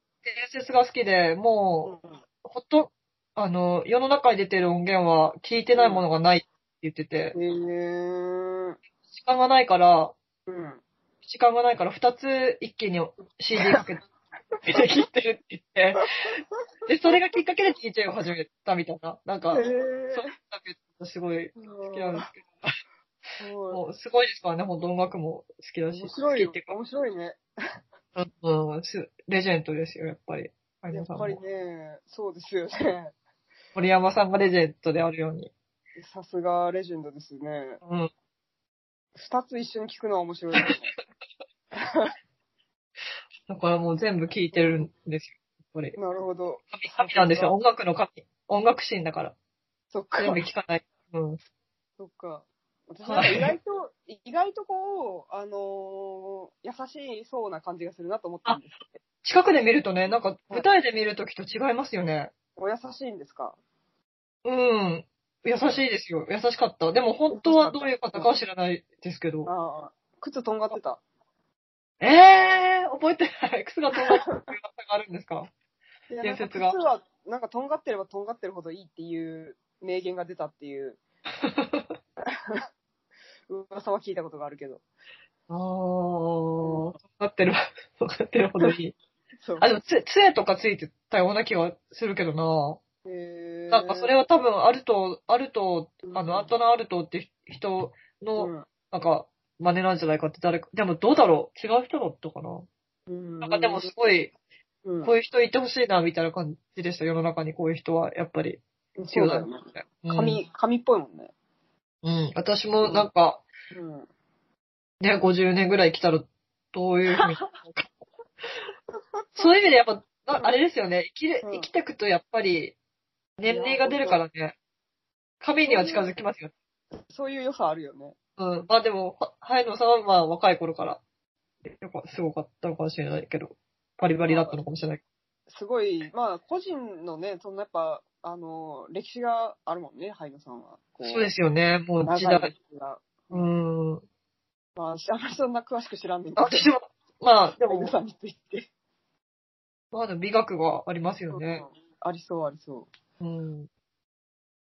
[SPEAKER 2] 説が好きで、もう、ほと、あの、世の中に出てる音源は聞いてないものがないって言ってて、
[SPEAKER 1] へえー。
[SPEAKER 2] 時間がないから、
[SPEAKER 1] うん。
[SPEAKER 2] 時間がないから2つ一気に CD かけて、聞いてるって 言って、で、それがきっかけで DJ を始めたみたいな、なんか、そう
[SPEAKER 1] へ
[SPEAKER 2] いう
[SPEAKER 1] え
[SPEAKER 2] のすごい
[SPEAKER 1] ー。
[SPEAKER 2] 好きなんですけ
[SPEAKER 1] す
[SPEAKER 2] ど、
[SPEAKER 1] ごい
[SPEAKER 2] もうすごいですからね、ほんと音楽も好きだし、
[SPEAKER 1] 面白い
[SPEAKER 2] 好
[SPEAKER 1] よ
[SPEAKER 2] きってい。
[SPEAKER 1] 面白いね。
[SPEAKER 2] うか、うん、すレジェンドですよ、やっぱり。有
[SPEAKER 1] や
[SPEAKER 2] 野
[SPEAKER 1] っ
[SPEAKER 2] さん
[SPEAKER 1] ぱり
[SPEAKER 2] も
[SPEAKER 1] ね、そうですよね。
[SPEAKER 2] 森山さんがレジェンドであるように。
[SPEAKER 1] さすがレジェンドですね。
[SPEAKER 2] うん。
[SPEAKER 1] 二つ一緒に聞くのは面 白いですね。
[SPEAKER 2] だからもう全部聞いてるんですよ、やっぱり。
[SPEAKER 1] なるほど。
[SPEAKER 2] 神なんですよ。音楽の神。音楽シーンだから。
[SPEAKER 1] そっか。
[SPEAKER 2] 全部聞かない。うん。
[SPEAKER 1] そっか。私なん
[SPEAKER 2] は
[SPEAKER 1] か
[SPEAKER 2] い
[SPEAKER 1] 意外と、意外とこう、あのー優しそうな感じがするなと思ったんですけ
[SPEAKER 2] 近くで見るとね、なんか舞台で見るときと違いますよね。
[SPEAKER 1] ど。お優しいんですか
[SPEAKER 2] うん。優しいですよ。優しかった。でも本当はどういう方かは知らないですけど。
[SPEAKER 1] ああ。靴とんがってた。
[SPEAKER 2] ええー、覚えてない。靴が飛んだっていう噂があるんですか
[SPEAKER 1] いやなんか
[SPEAKER 2] 伝説が
[SPEAKER 1] 靴は、なんかとんがってればとんがってるほどいいっていう名言が出たっていう。噂は聞いたことがあるけど。
[SPEAKER 2] あー、分かってる。分かってるほどいい。
[SPEAKER 1] そう。
[SPEAKER 2] あ、でもつ、杖とかついてたような気がするけどな。
[SPEAKER 1] へー
[SPEAKER 2] なんかそれは多分、アルト、アルト、あ
[SPEAKER 1] うん
[SPEAKER 2] の、アントナ・アルトって人の、
[SPEAKER 1] うん
[SPEAKER 2] なんか、真似なんじゃないかって誰か、でもどうだろう違う人だったかな
[SPEAKER 1] うん
[SPEAKER 2] なんかでもすごい、
[SPEAKER 1] うん
[SPEAKER 2] こういう人いてほしいな、みたいな感じでした。世の中にこういう人は、やっぱり。
[SPEAKER 1] そうだよね。
[SPEAKER 2] うん
[SPEAKER 1] 紙、紙っぽいもんね。
[SPEAKER 2] うん。私もなんか、
[SPEAKER 1] うん。
[SPEAKER 2] ね、50年ぐらい来たら、どうい うふうに。そういう意味でやっぱ、なあれですよね。生きる
[SPEAKER 1] う、ん
[SPEAKER 2] 生きてくとやっぱり、年齢が出るからね。神には近づきますよ。
[SPEAKER 1] そういう良さあるよね。
[SPEAKER 2] うん。まあでも、はハイノさんはまあ若い頃から、やっぱすごかったのかもしれないけど、バリバリだったのかもしれない。
[SPEAKER 1] すごい、まあ、個人のね、そのやっぱ、あの、歴史があるもんね、ハイノさんは。。
[SPEAKER 2] そうですすよね、もう時
[SPEAKER 1] 長い歴
[SPEAKER 2] 代。
[SPEAKER 1] 史が。
[SPEAKER 2] うん。あ、
[SPEAKER 1] まあ、私あんまりそんな詳しく知らんねんけど。
[SPEAKER 2] 私も、まあで
[SPEAKER 1] ハイ
[SPEAKER 2] も
[SPEAKER 1] ノ、さんについて。
[SPEAKER 2] まあでも美学がありますよね。
[SPEAKER 1] ありそう、ありそう。
[SPEAKER 2] うん。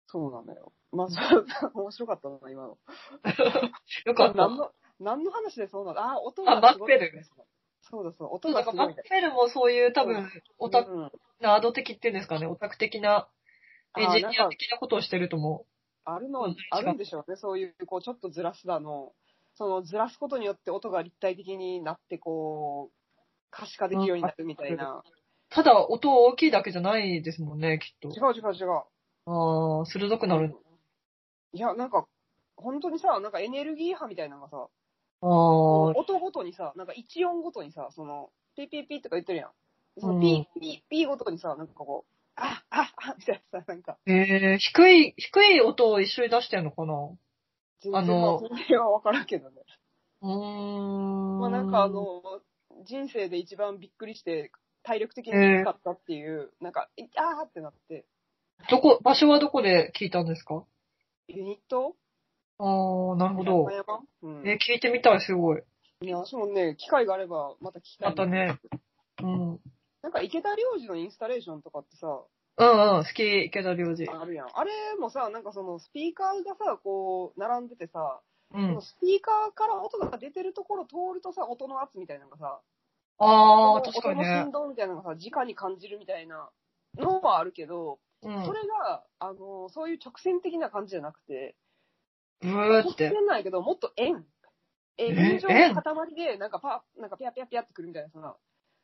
[SPEAKER 1] そうなのよ。まあ、そう、面白かったな、今の。
[SPEAKER 2] よかっ
[SPEAKER 1] 何
[SPEAKER 2] た。
[SPEAKER 1] の、何の話でそうなのあ、音
[SPEAKER 2] あ
[SPEAKER 1] が
[SPEAKER 2] バ
[SPEAKER 1] す
[SPEAKER 2] ッ
[SPEAKER 1] ご
[SPEAKER 2] フ
[SPEAKER 1] い
[SPEAKER 2] ェル。
[SPEAKER 1] そうだそう、
[SPEAKER 2] そ
[SPEAKER 1] 音
[SPEAKER 2] う、だ
[SPEAKER 1] が
[SPEAKER 2] か
[SPEAKER 1] す
[SPEAKER 2] ら
[SPEAKER 1] ごい
[SPEAKER 2] マッ。フェルもそういう多分、オタク、
[SPEAKER 1] うん
[SPEAKER 2] ナード的っていうんですかね、オタク的な、エン
[SPEAKER 1] あ
[SPEAKER 2] ジニ
[SPEAKER 1] なん
[SPEAKER 2] ア
[SPEAKER 1] か
[SPEAKER 2] 的なことをしてると思
[SPEAKER 1] あるのは、あるんでしょうね。そういう、こう、ちょっとずらすだの。その、ずらすことによって音が立体的になって、こう、可視化できるようになるみたいな。
[SPEAKER 2] う。ただ、音大きいだけじゃないですもんね、きっと
[SPEAKER 1] 違。う違う違う。
[SPEAKER 2] ああ、鋭くなる。
[SPEAKER 1] いや、なんか、本当にさ、なんかエネルギー派みたいなのがさ、
[SPEAKER 2] ああ、
[SPEAKER 1] 音ごとにさ、なんか一音ごとにさ、その、ピーピーピーとか言ってるやん。その
[SPEAKER 2] うん
[SPEAKER 1] ピーピーピーごとにさ、なんかこう、あ、あ、あ、みたいなさ、なんか、
[SPEAKER 2] えー、低い、低い音を一緒に出してるのかなう
[SPEAKER 1] 全
[SPEAKER 2] あ
[SPEAKER 1] 然、まあ、
[SPEAKER 2] の
[SPEAKER 1] その辺はわからんけどね。
[SPEAKER 2] ーん。
[SPEAKER 1] まあなんかあ、の、人生で一番びっくりして、体力的にきつかったっていう、なんか、いあーってなって、
[SPEAKER 2] どこ、場所はどこで聞いたんですか
[SPEAKER 1] ユニット
[SPEAKER 2] ああ、なるほ
[SPEAKER 1] 山。
[SPEAKER 2] ど
[SPEAKER 1] 々うん。
[SPEAKER 2] えー、聞いてみたい、すごい。
[SPEAKER 1] いや、私もね、機会があれば、また聞きたい。
[SPEAKER 2] また。ね。うん。うん
[SPEAKER 1] なんか、池田良二のインスタレーションとかってさ、
[SPEAKER 2] うん、好き、池田良二。
[SPEAKER 1] あるやん。あれもさ、なんかその、スピーカーがさ、こう、並んでてさ、
[SPEAKER 2] ううん。
[SPEAKER 1] スピーカーから音が出てるところ通るとさ、音の圧みたいなのがさ、
[SPEAKER 2] ああ、
[SPEAKER 1] 音の
[SPEAKER 2] 確かに
[SPEAKER 1] 音の
[SPEAKER 2] ね
[SPEAKER 1] 振。動みたいなのがさ、直に感じるみたいなのはあるけど、
[SPEAKER 2] うん
[SPEAKER 1] そ。れが、あの、そういう直線的な感じじゃなくて、
[SPEAKER 2] ブー
[SPEAKER 1] 直
[SPEAKER 2] って。
[SPEAKER 1] 線ないけど、もっと円。え、
[SPEAKER 2] え
[SPEAKER 1] 円状の塊で、なんかパ、なんかピャピャピャってくるみたいなさ、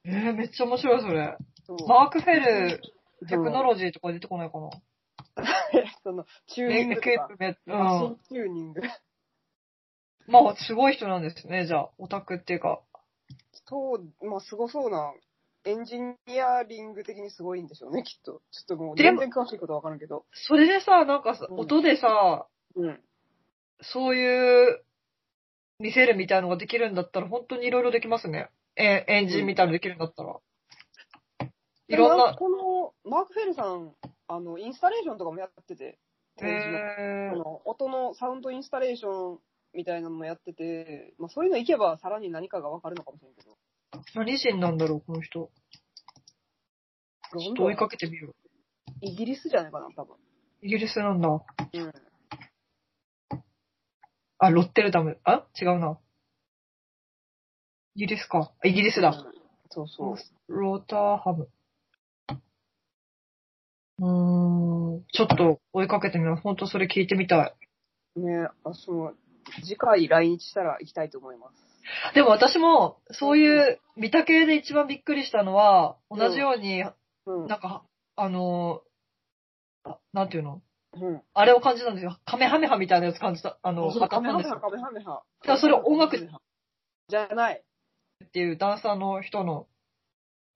[SPEAKER 2] えー、めっちゃ面白い、それ。
[SPEAKER 1] そう
[SPEAKER 2] マーク・フェル、テクノ
[SPEAKER 1] ロ
[SPEAKER 2] ロジーとか出てこないかな。
[SPEAKER 1] ジー。 その、チューニン
[SPEAKER 2] エ
[SPEAKER 1] グ
[SPEAKER 2] ン
[SPEAKER 1] と
[SPEAKER 2] ケ
[SPEAKER 1] か
[SPEAKER 2] ー、プめ、う
[SPEAKER 1] マシン
[SPEAKER 2] ん。
[SPEAKER 1] チューニング。
[SPEAKER 2] まあ、すごい人なんですね、じゃあ。オタクっていうか。
[SPEAKER 1] そう、まあ、すごそうな。エンジニアリング的にすごいんでしょうね、きっと。ちょっともう、
[SPEAKER 2] で
[SPEAKER 1] 全
[SPEAKER 2] も
[SPEAKER 1] 然詳しいことはわからんけど。
[SPEAKER 2] それでさ、なんかさ、
[SPEAKER 1] うん
[SPEAKER 2] 音でさ、
[SPEAKER 1] うん。
[SPEAKER 2] そういう、見せるみたいのができるんだったら、本当にいろいろできますね。え、エンジンみたいのできるんだったら。いろ
[SPEAKER 1] で
[SPEAKER 2] んな、
[SPEAKER 1] この、マーク・フェルさん、あの、インスタレーションとかもやってて、当時の。
[SPEAKER 2] え
[SPEAKER 1] あ
[SPEAKER 2] ー、
[SPEAKER 1] の音のサウンドインスタレーションみたいなのもやってて、まあ、そういうの行けばさらに何かがわかるのかもしれんけど。
[SPEAKER 2] 何人なんだろう、この人。ちょっと追いかけてみよう。
[SPEAKER 1] イギリスじゃないかな、多分。
[SPEAKER 2] イギリスなんだ。
[SPEAKER 1] うん。
[SPEAKER 2] あ、ロッテルダム。あ違うな。イギリスか。あイギリスだ。
[SPEAKER 1] うんそうそう。
[SPEAKER 2] ローターハム。うーん。ちょっと追いかけてみます。ほんとそれ聞いてみたい。
[SPEAKER 1] ね私も、次回来日したら行きたいと思います。
[SPEAKER 2] でも私も、そういう見た系で一番びっくりしたのは、同じように、
[SPEAKER 1] うん。
[SPEAKER 2] なんか、あのーあなんていうの
[SPEAKER 1] うん。
[SPEAKER 2] あれを感じたんですよ。カメハメハみたいなやつ感じた、あの、
[SPEAKER 1] そう
[SPEAKER 2] 当たったんですよ
[SPEAKER 1] カメハメハ。
[SPEAKER 2] だからそれ音楽
[SPEAKER 1] じゃない。
[SPEAKER 2] っていうダンサーの人の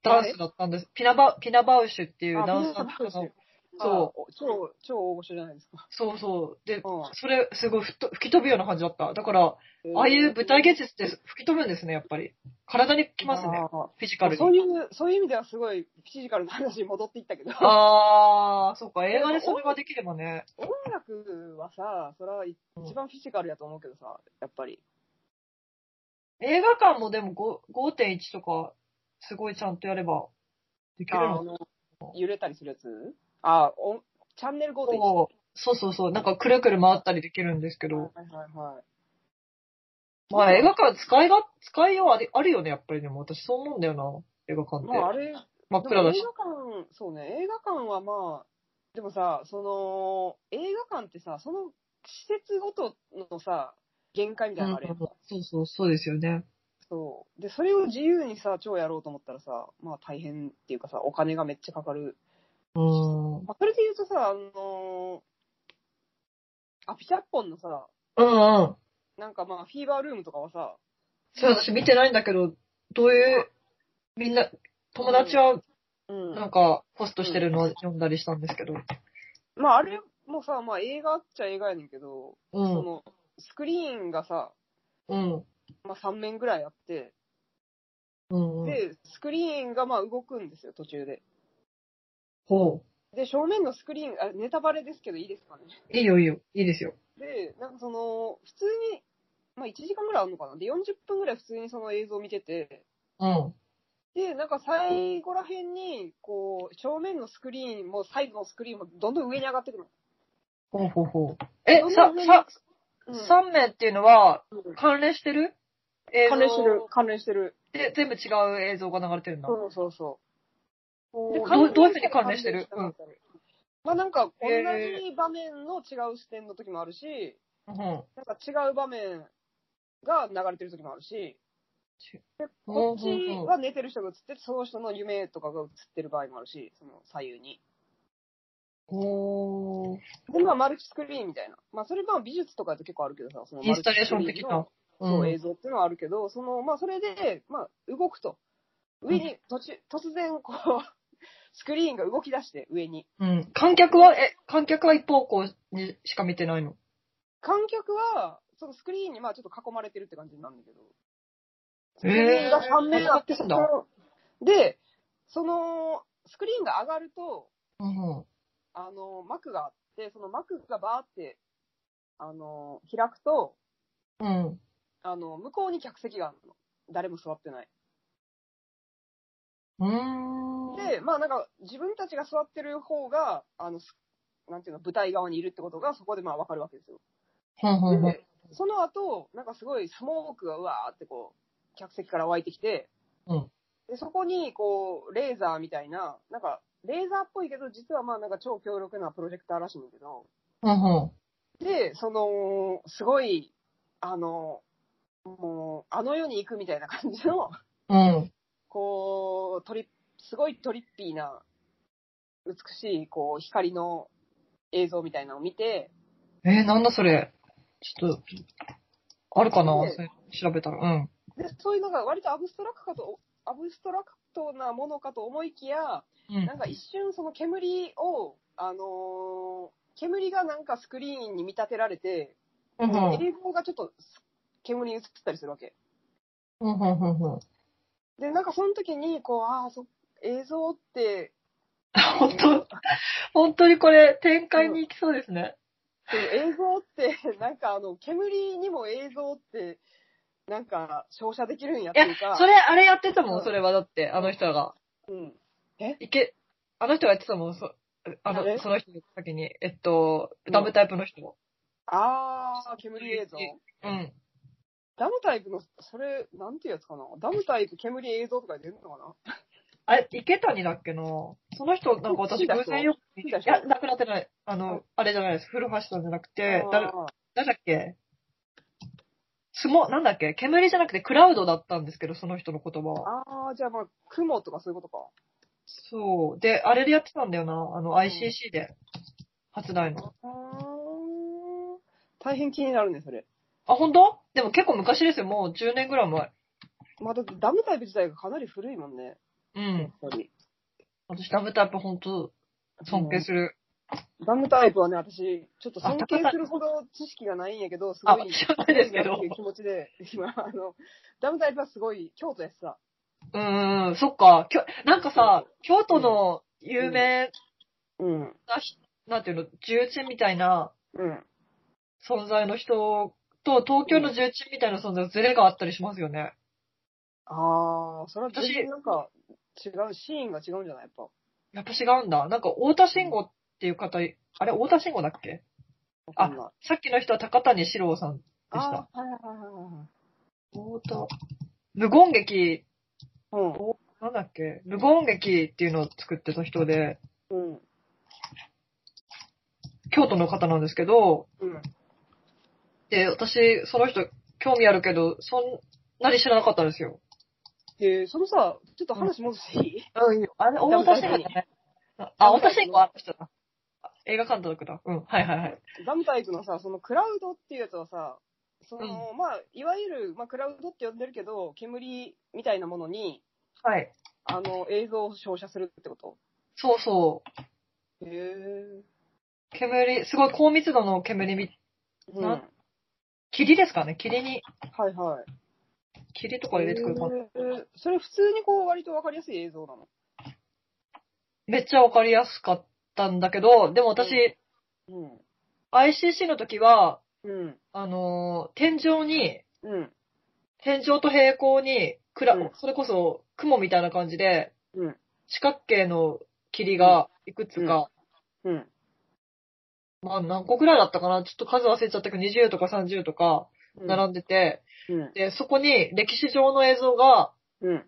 [SPEAKER 2] ダンスだったんです。ピナバ、ピナバウシュっていう
[SPEAKER 1] あ
[SPEAKER 2] ダンサーの人
[SPEAKER 1] ピナバウシ
[SPEAKER 2] の
[SPEAKER 1] ュ、
[SPEAKER 2] そ
[SPEAKER 1] そう。超、超大御所じゃないですか。
[SPEAKER 2] そうそう。で、
[SPEAKER 1] うん
[SPEAKER 2] それ、すごい吹っ飛吹き飛ぶような感じだった。だから、ああいう舞台芸術って吹き飛ぶんですね、やっぱり。体にきますね、
[SPEAKER 1] あ
[SPEAKER 2] フィジカ
[SPEAKER 1] ー
[SPEAKER 2] ル
[SPEAKER 1] そう
[SPEAKER 2] に。
[SPEAKER 1] いう、そういう意味ではすごいフィジカルな話に戻っていったけど。
[SPEAKER 2] あー、そうか、映画でそれができればね。
[SPEAKER 1] 音楽はさ、それは一
[SPEAKER 2] うん
[SPEAKER 1] 番フィジカルやと思うけどさ、やっぱり。
[SPEAKER 2] 映画館もでも5 5.1とか、すごいちゃんとやれば、できる
[SPEAKER 1] あ
[SPEAKER 2] の
[SPEAKER 1] の、揺れたりするやつあ、おチャンネル5でいいは
[SPEAKER 2] そうそうそう、なんかくるくる回ったりできるんですけど。
[SPEAKER 1] いはいはい。
[SPEAKER 2] まあ映画館使いが、使いようありあるよね、やっぱりでも私そう思うんだよな、映画館って。
[SPEAKER 1] まああれ、
[SPEAKER 2] 真っ暗だし
[SPEAKER 1] で。も映画館、そうね、映画館はまあ、でもさ、その、映画館ってさ、その施設ごとのさ、限界みたいなのあれやんか、
[SPEAKER 2] そうそう、そうですよね。
[SPEAKER 1] そう。で、それを自由にさ、超やろうと思ったらさ、まあ大変っていうかさ、お金がめっちゃかかる。
[SPEAKER 2] うーん。
[SPEAKER 1] まあ、それで言うとさ、あのー、アピチャッポンのさ、
[SPEAKER 2] うんうん。
[SPEAKER 1] なんかまあ、フィーバールームとかはさ、
[SPEAKER 2] それ私見てないんだけど、どういう、みんな、友達は
[SPEAKER 1] うん
[SPEAKER 2] なんかポストしてるのを読んだりしたんですけど。
[SPEAKER 1] まあ、あれもさ、まあ、映画っちゃ映画やねんけど、
[SPEAKER 2] う
[SPEAKER 1] そ
[SPEAKER 2] ん。
[SPEAKER 1] の、スクリーンがさ、
[SPEAKER 2] うん。
[SPEAKER 1] まあ、3面ぐらいあって、
[SPEAKER 2] うんうん。
[SPEAKER 1] で、スクリーンがまあ、動くんですよ、途中で。
[SPEAKER 2] ほ
[SPEAKER 1] で、正面のスクリーン、あネタバレですけど、いいですかね。
[SPEAKER 2] う。いいよいいよ。いいですよ。
[SPEAKER 1] で、なんかその、普通に、まあ、1時間ぐらいあるのかな。で、40分ぐらい普通にその映像を見てて、
[SPEAKER 2] うん。
[SPEAKER 1] で、なんか最後ら辺に、こう、正面のスクリーンも、サイドのスクリーンも、どんどん上に上がってくる
[SPEAKER 2] ほうほうほう。え
[SPEAKER 1] の。、
[SPEAKER 2] さ
[SPEAKER 1] どんどん上、に
[SPEAKER 2] さ、、
[SPEAKER 1] うん
[SPEAKER 2] 3名っていうのは
[SPEAKER 1] うん
[SPEAKER 2] 関連してる映像
[SPEAKER 1] 関連してる、関連してる。
[SPEAKER 2] で、全部違う映像が流れてるんだ。
[SPEAKER 1] そうそうそう。
[SPEAKER 2] ど
[SPEAKER 1] で
[SPEAKER 2] うどういうふうに関連してる
[SPEAKER 1] 関連してなかったりまあなんか、同
[SPEAKER 2] へー
[SPEAKER 1] じ場面の違う視点の時もあるし、
[SPEAKER 2] うん。
[SPEAKER 1] なんか違う場面が流れてる時もあるし、でこっちは寝てる人が映ってて、その人の夢とかが映ってる場合もあるし、その左右に。
[SPEAKER 2] おー。
[SPEAKER 1] で、まあマルチスクリーンみたいな。まあそれまあ美術とかって結構あるけどさ、その
[SPEAKER 2] インスタレーション的な。
[SPEAKER 1] マルチスクリーンのそう、映像っていうのはあるけど、その、まあそれで、まあ動くと。上に、途中、突然こう、 スクリーンが動き出して、上に。
[SPEAKER 2] うん。観客は、え、観客は一方向にしか見てないの。
[SPEAKER 1] 観客は、そのスクリーンにまあちょっと囲まれてるって感じになるんだけど。スクリ
[SPEAKER 2] へ
[SPEAKER 1] ー
[SPEAKER 2] ー
[SPEAKER 1] ンが3面あって、
[SPEAKER 2] そうなんだ
[SPEAKER 1] で、その、スクリーンが上がると、
[SPEAKER 2] うん。
[SPEAKER 1] あの、幕があって、その幕がバーって、あの、開くと、
[SPEAKER 2] うん。
[SPEAKER 1] あの、向こうに客席があるの。誰も座ってない。
[SPEAKER 2] うーん。
[SPEAKER 1] で、まあなんか、自分たちが座ってる方が、あの、すなんていうの、舞台側にいるってことが、そこでまあわかるわけですよ。
[SPEAKER 2] ほんほんほん。
[SPEAKER 1] で、その後、なんかすごいスモークがうわーってこう、客席から湧いてきて、
[SPEAKER 2] うん
[SPEAKER 1] でそこにこう、レーザーみたいな、なんか、レーザーっぽいけど、実はまあなんか超強力なプロジェクターらしいんだけど、
[SPEAKER 2] うんうん。
[SPEAKER 1] で、その、すごい、あの、もう、あの世に行くみたいな感じの、
[SPEAKER 2] うん。
[SPEAKER 1] こう、トリすごいトリッピーな、美しい、こう、光の映像みたいなのを見て、
[SPEAKER 2] えー、なんだそれ。ちょっと、あるかな、
[SPEAKER 1] ね
[SPEAKER 2] それ調べたら。うん。
[SPEAKER 1] で、そういうのが割とアブストラクトかと、アブストラクトなものかと思いきや、
[SPEAKER 2] うん
[SPEAKER 1] なんか一瞬その煙を、あのー煙がなんかスクリーンに見立てられて、
[SPEAKER 2] うんうん。うん
[SPEAKER 1] 映像がちょっと煙に映ったりするわけ。
[SPEAKER 2] うんうんうん。
[SPEAKER 1] で、なんかその時に、こう、ああ、そ映像って、
[SPEAKER 2] 本当、本当にこれ、展開に行きそうですね。
[SPEAKER 1] でも映像って、なんかあの、煙にも映像って、なんか照射できるんやっ
[SPEAKER 2] い
[SPEAKER 1] て
[SPEAKER 2] や
[SPEAKER 1] いうか、、
[SPEAKER 2] それ、あれやってたも
[SPEAKER 1] うん
[SPEAKER 2] ん、それは。だって、あの人が。
[SPEAKER 1] うん、
[SPEAKER 2] いけ、あの人がやってたもん、そあ
[SPEAKER 1] あれ
[SPEAKER 2] のその人の先に。えっと、
[SPEAKER 1] うん
[SPEAKER 2] ダムタイプの人。
[SPEAKER 1] ああ、煙映像。
[SPEAKER 2] うん。
[SPEAKER 1] ダムタイプの、それ、なんていうやつかなダムタイプ煙映像とか出るのかな
[SPEAKER 2] あれ、池谷だっけなその人、なんか私、
[SPEAKER 1] 池田
[SPEAKER 2] 偶
[SPEAKER 1] 人
[SPEAKER 2] 然よく見
[SPEAKER 1] 池
[SPEAKER 2] て、い
[SPEAKER 1] 田人
[SPEAKER 2] や、なくなってない。あの、あれじゃないです。古橋さんじゃなくて、誰、
[SPEAKER 1] あー
[SPEAKER 2] 誰だっけすも、なんだっけ煙じゃなくてクラウドだったんですけど、その人の言葉は。
[SPEAKER 1] あー、じゃあまあ、雲とかそういうことか。
[SPEAKER 2] そう。で、あれでやってたんだよな。あの、ICC で。初代の。
[SPEAKER 1] あー大変気になるね、それ。
[SPEAKER 2] あ、本当？でも結構昔ですよ。もう10年ぐらい前。
[SPEAKER 1] まあ、だってダムタイプ自体がかなり古いもんね。
[SPEAKER 2] う
[SPEAKER 1] やっ
[SPEAKER 2] ん。
[SPEAKER 1] ぱり。
[SPEAKER 2] 私、ダムタイプ本当尊敬する。
[SPEAKER 1] ダムタイプはね、私、ちょっと尊敬するほど知識がないんやけど、す
[SPEAKER 2] あ、
[SPEAKER 1] ごい、
[SPEAKER 2] 知らないですけ
[SPEAKER 1] なっ
[SPEAKER 2] ど
[SPEAKER 1] てい。う気持ちで、今、あの、ダムタイプはすごい、京都やしさ。
[SPEAKER 2] うんうんうん、そっか。きょなんかさ、京都の有名
[SPEAKER 1] うん。
[SPEAKER 2] なひ、なんていうの、重鎮みたいな
[SPEAKER 1] うん。
[SPEAKER 2] 存在の人と、東京の重鎮みたいな存在のズレがあったりしますよね。
[SPEAKER 1] あー、それは全然なんか、違う、シーンが違うんじゃないやっぱ。
[SPEAKER 2] やっぱ違うんだ。なんか、太田慎吾っていう方い、あれ、太田慎吾だっけ
[SPEAKER 1] わかんない。
[SPEAKER 2] さっきの人は高谷史郎さんでした。
[SPEAKER 1] あー、はいはいはいはいはい。
[SPEAKER 2] 太田。無言劇、
[SPEAKER 1] うん。
[SPEAKER 2] なんだっけ無言劇っていうのを作ってた人で、
[SPEAKER 1] うん。
[SPEAKER 2] 京都の方なんですけど、
[SPEAKER 1] うん。
[SPEAKER 2] で、私、その人、興味あるけど、そんなに知らなかったんですよ。
[SPEAKER 1] で、そのさ、ちょっと話戻していい、
[SPEAKER 2] うん、あれ、大田慎吾じゃないあ、大田慎吾あの人だ。あ映画監督だ。うん、はいはいはい。
[SPEAKER 1] ダムタイプのさ、そのクラウドっていうやつはさ、その、まあ、いわゆる、まあ、クラウドって呼んでるけど、煙みたいなものに、
[SPEAKER 2] はい。
[SPEAKER 1] あの、映像を照射するってこと
[SPEAKER 2] そうそう。
[SPEAKER 1] へえ。
[SPEAKER 2] 煙、すごい高密度の煙み、
[SPEAKER 1] うん。
[SPEAKER 2] な
[SPEAKER 1] はい
[SPEAKER 2] 霧ですかね霧に、
[SPEAKER 1] はい。
[SPEAKER 2] 霧とか入れてくる感じ。
[SPEAKER 1] へえそれ普通にこう、割とわかりやすい映像なの
[SPEAKER 2] めっちゃわかりやすかったんだけど、でも私、ICC の時は、
[SPEAKER 1] うん。うん。
[SPEAKER 2] あのー天井に、
[SPEAKER 1] うん。
[SPEAKER 2] 天井と平行に、くら
[SPEAKER 1] うん
[SPEAKER 2] それこそ雲みたいな感じで、
[SPEAKER 1] うん
[SPEAKER 2] 四角形の霧がいくつか
[SPEAKER 1] うん。
[SPEAKER 2] まあ何個ぐらいだったかなちょっと数忘れちゃったけど、20とか30とか
[SPEAKER 1] うん。
[SPEAKER 2] 並んでて、
[SPEAKER 1] うん。
[SPEAKER 2] で、そこに歴史上の映像が
[SPEAKER 1] うん。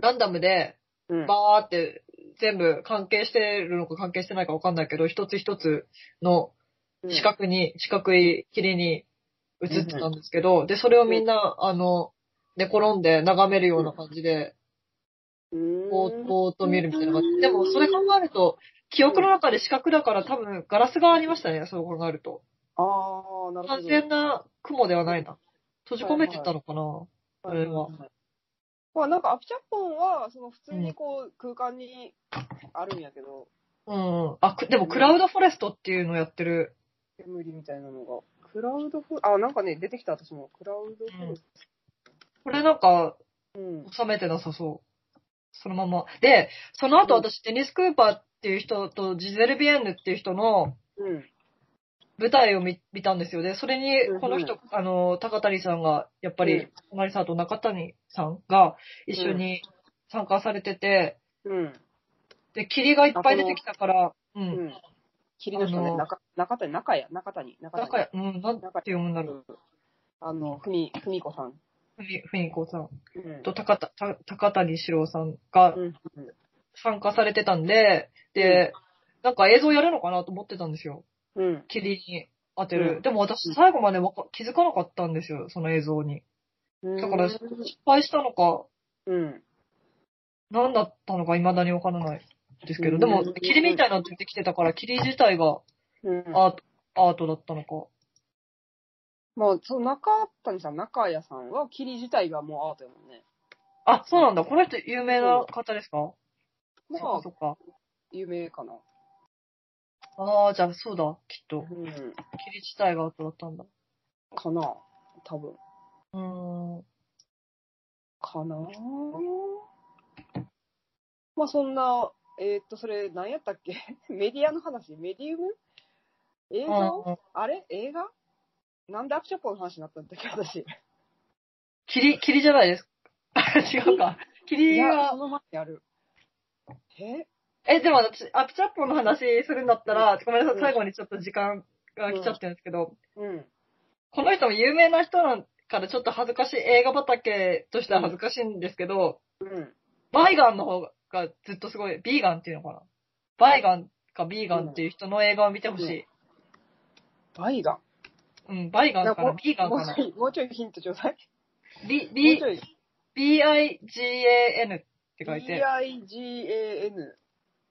[SPEAKER 2] ランダムで
[SPEAKER 1] うん。
[SPEAKER 2] バーって全部関係してるのか関係してないかわかんないけど、一つ一つの
[SPEAKER 1] うん
[SPEAKER 2] 四。角に、四角い霧に映ってたんですけど、で、それをみんな、あの、寝転んで眺めるような感じで、
[SPEAKER 1] うーん
[SPEAKER 2] ぼーっとぼーっと見るみたいな感じ。でも、それ考えると、記憶の中で四角だから多分ガラスがありましたね、そう考えると。
[SPEAKER 1] ああ、なるほ
[SPEAKER 2] 完
[SPEAKER 1] ど。
[SPEAKER 2] 全な雲ではないな。閉じ込めてたのかな、あれは。
[SPEAKER 1] まあなんかアピチャッポンは、その普通にこう、空間にあるんやけど、
[SPEAKER 2] うん。あ、くでもクラウドフォレストっていうのやってる。
[SPEAKER 1] 煙みたいなのが。クラウドフォあ、なんかね、出てきた私も。クラウドフォレス
[SPEAKER 2] これなんか、
[SPEAKER 1] ト。うん。
[SPEAKER 2] 収めてなさそう。そのまま。で、その後
[SPEAKER 1] うん
[SPEAKER 2] 私、デニス・クーパーっていう人とジゼル・ビエンヌっていう人の
[SPEAKER 1] うん。
[SPEAKER 2] 舞台を見見たんですよ。で、それ
[SPEAKER 1] うんう
[SPEAKER 2] に、
[SPEAKER 1] ん
[SPEAKER 2] この人、あの、高谷さんが、やっぱ
[SPEAKER 1] う
[SPEAKER 2] り
[SPEAKER 1] ん、
[SPEAKER 2] 高谷さんと中谷さんが一緒に参加されてて、
[SPEAKER 1] うん。
[SPEAKER 2] で、霧がいっぱい出てきたから、
[SPEAKER 1] う
[SPEAKER 2] う。
[SPEAKER 1] んん。霧の人
[SPEAKER 2] あ
[SPEAKER 1] ね、
[SPEAKER 2] の
[SPEAKER 1] 中、中谷、中谷、中谷、中
[SPEAKER 2] なんか、うん、なんて読むんだろう。
[SPEAKER 1] あの、ふみ、ふみこさん。
[SPEAKER 2] ふみ、ふみこさん
[SPEAKER 1] うん
[SPEAKER 2] と高田、た高谷史郎さんが
[SPEAKER 1] うん。
[SPEAKER 2] 参加されてたんで、で、なんか映像やるのかなと思ってたんですよ。
[SPEAKER 1] うん。
[SPEAKER 2] 霧に当て
[SPEAKER 1] う
[SPEAKER 2] る。
[SPEAKER 1] ん
[SPEAKER 2] でも私最後までわか気づかなかったんですよ、その映像に。
[SPEAKER 1] うん。
[SPEAKER 2] だから失敗したのか、
[SPEAKER 1] うん。
[SPEAKER 2] 何だったのか未だにわからないですけ
[SPEAKER 1] う
[SPEAKER 2] ど、
[SPEAKER 1] ん
[SPEAKER 2] でも霧みたいなの出てきてたから、霧自体が
[SPEAKER 1] うん。
[SPEAKER 2] アート、アートだったのか。
[SPEAKER 1] まあ、その中谷さん、中谷さんは、霧自体がもうアートやもんね。
[SPEAKER 2] あ、そうなんだ。この人有名な方ですかそっ
[SPEAKER 1] ま
[SPEAKER 2] か
[SPEAKER 1] あ
[SPEAKER 2] そ、っか。
[SPEAKER 1] 有名かな。
[SPEAKER 2] ああ、じゃあそうだ、きっと。
[SPEAKER 1] うん。
[SPEAKER 2] 霧自体がアートだったんだ。
[SPEAKER 1] かな。多分。
[SPEAKER 2] うーん。
[SPEAKER 1] かなまあ、そんな、えーっと、それ、何やったっけ メディアの話メディウム映像
[SPEAKER 2] あー
[SPEAKER 1] あれ映画なんでアクションポの話になったんだっけ私。
[SPEAKER 2] 霧、霧じゃないです。 違うか。
[SPEAKER 1] い
[SPEAKER 2] 霧
[SPEAKER 1] や、
[SPEAKER 2] が
[SPEAKER 1] そ、の前にある。え
[SPEAKER 2] え、でも私、アップチャップの話するんだったら、ごめんなさ
[SPEAKER 1] う
[SPEAKER 2] い、
[SPEAKER 1] ん
[SPEAKER 2] 最後にちょっと時間が来ちゃってるんですけど、
[SPEAKER 1] うん。
[SPEAKER 2] この人も有名な人なんからちょっと恥ずかしい、映画畑としては恥ずかしいんですけど、
[SPEAKER 1] うん。
[SPEAKER 2] バイガンの方がずっとすごい、ビーガンっていうのかな。バイガンかビーガンっていう人の映画を見てほしい。
[SPEAKER 1] バイガン。
[SPEAKER 2] うん、バイガンか
[SPEAKER 1] も
[SPEAKER 2] な、
[SPEAKER 1] う
[SPEAKER 2] ビーガン
[SPEAKER 1] も
[SPEAKER 2] か
[SPEAKER 1] う
[SPEAKER 2] な
[SPEAKER 1] ち。ょい、もうちょいヒントちょう だい。
[SPEAKER 2] B、
[SPEAKER 1] もう
[SPEAKER 2] B
[SPEAKER 1] ちょ、い。
[SPEAKER 2] B-I-G-A-N って書いて。
[SPEAKER 1] B-I-G-A-N。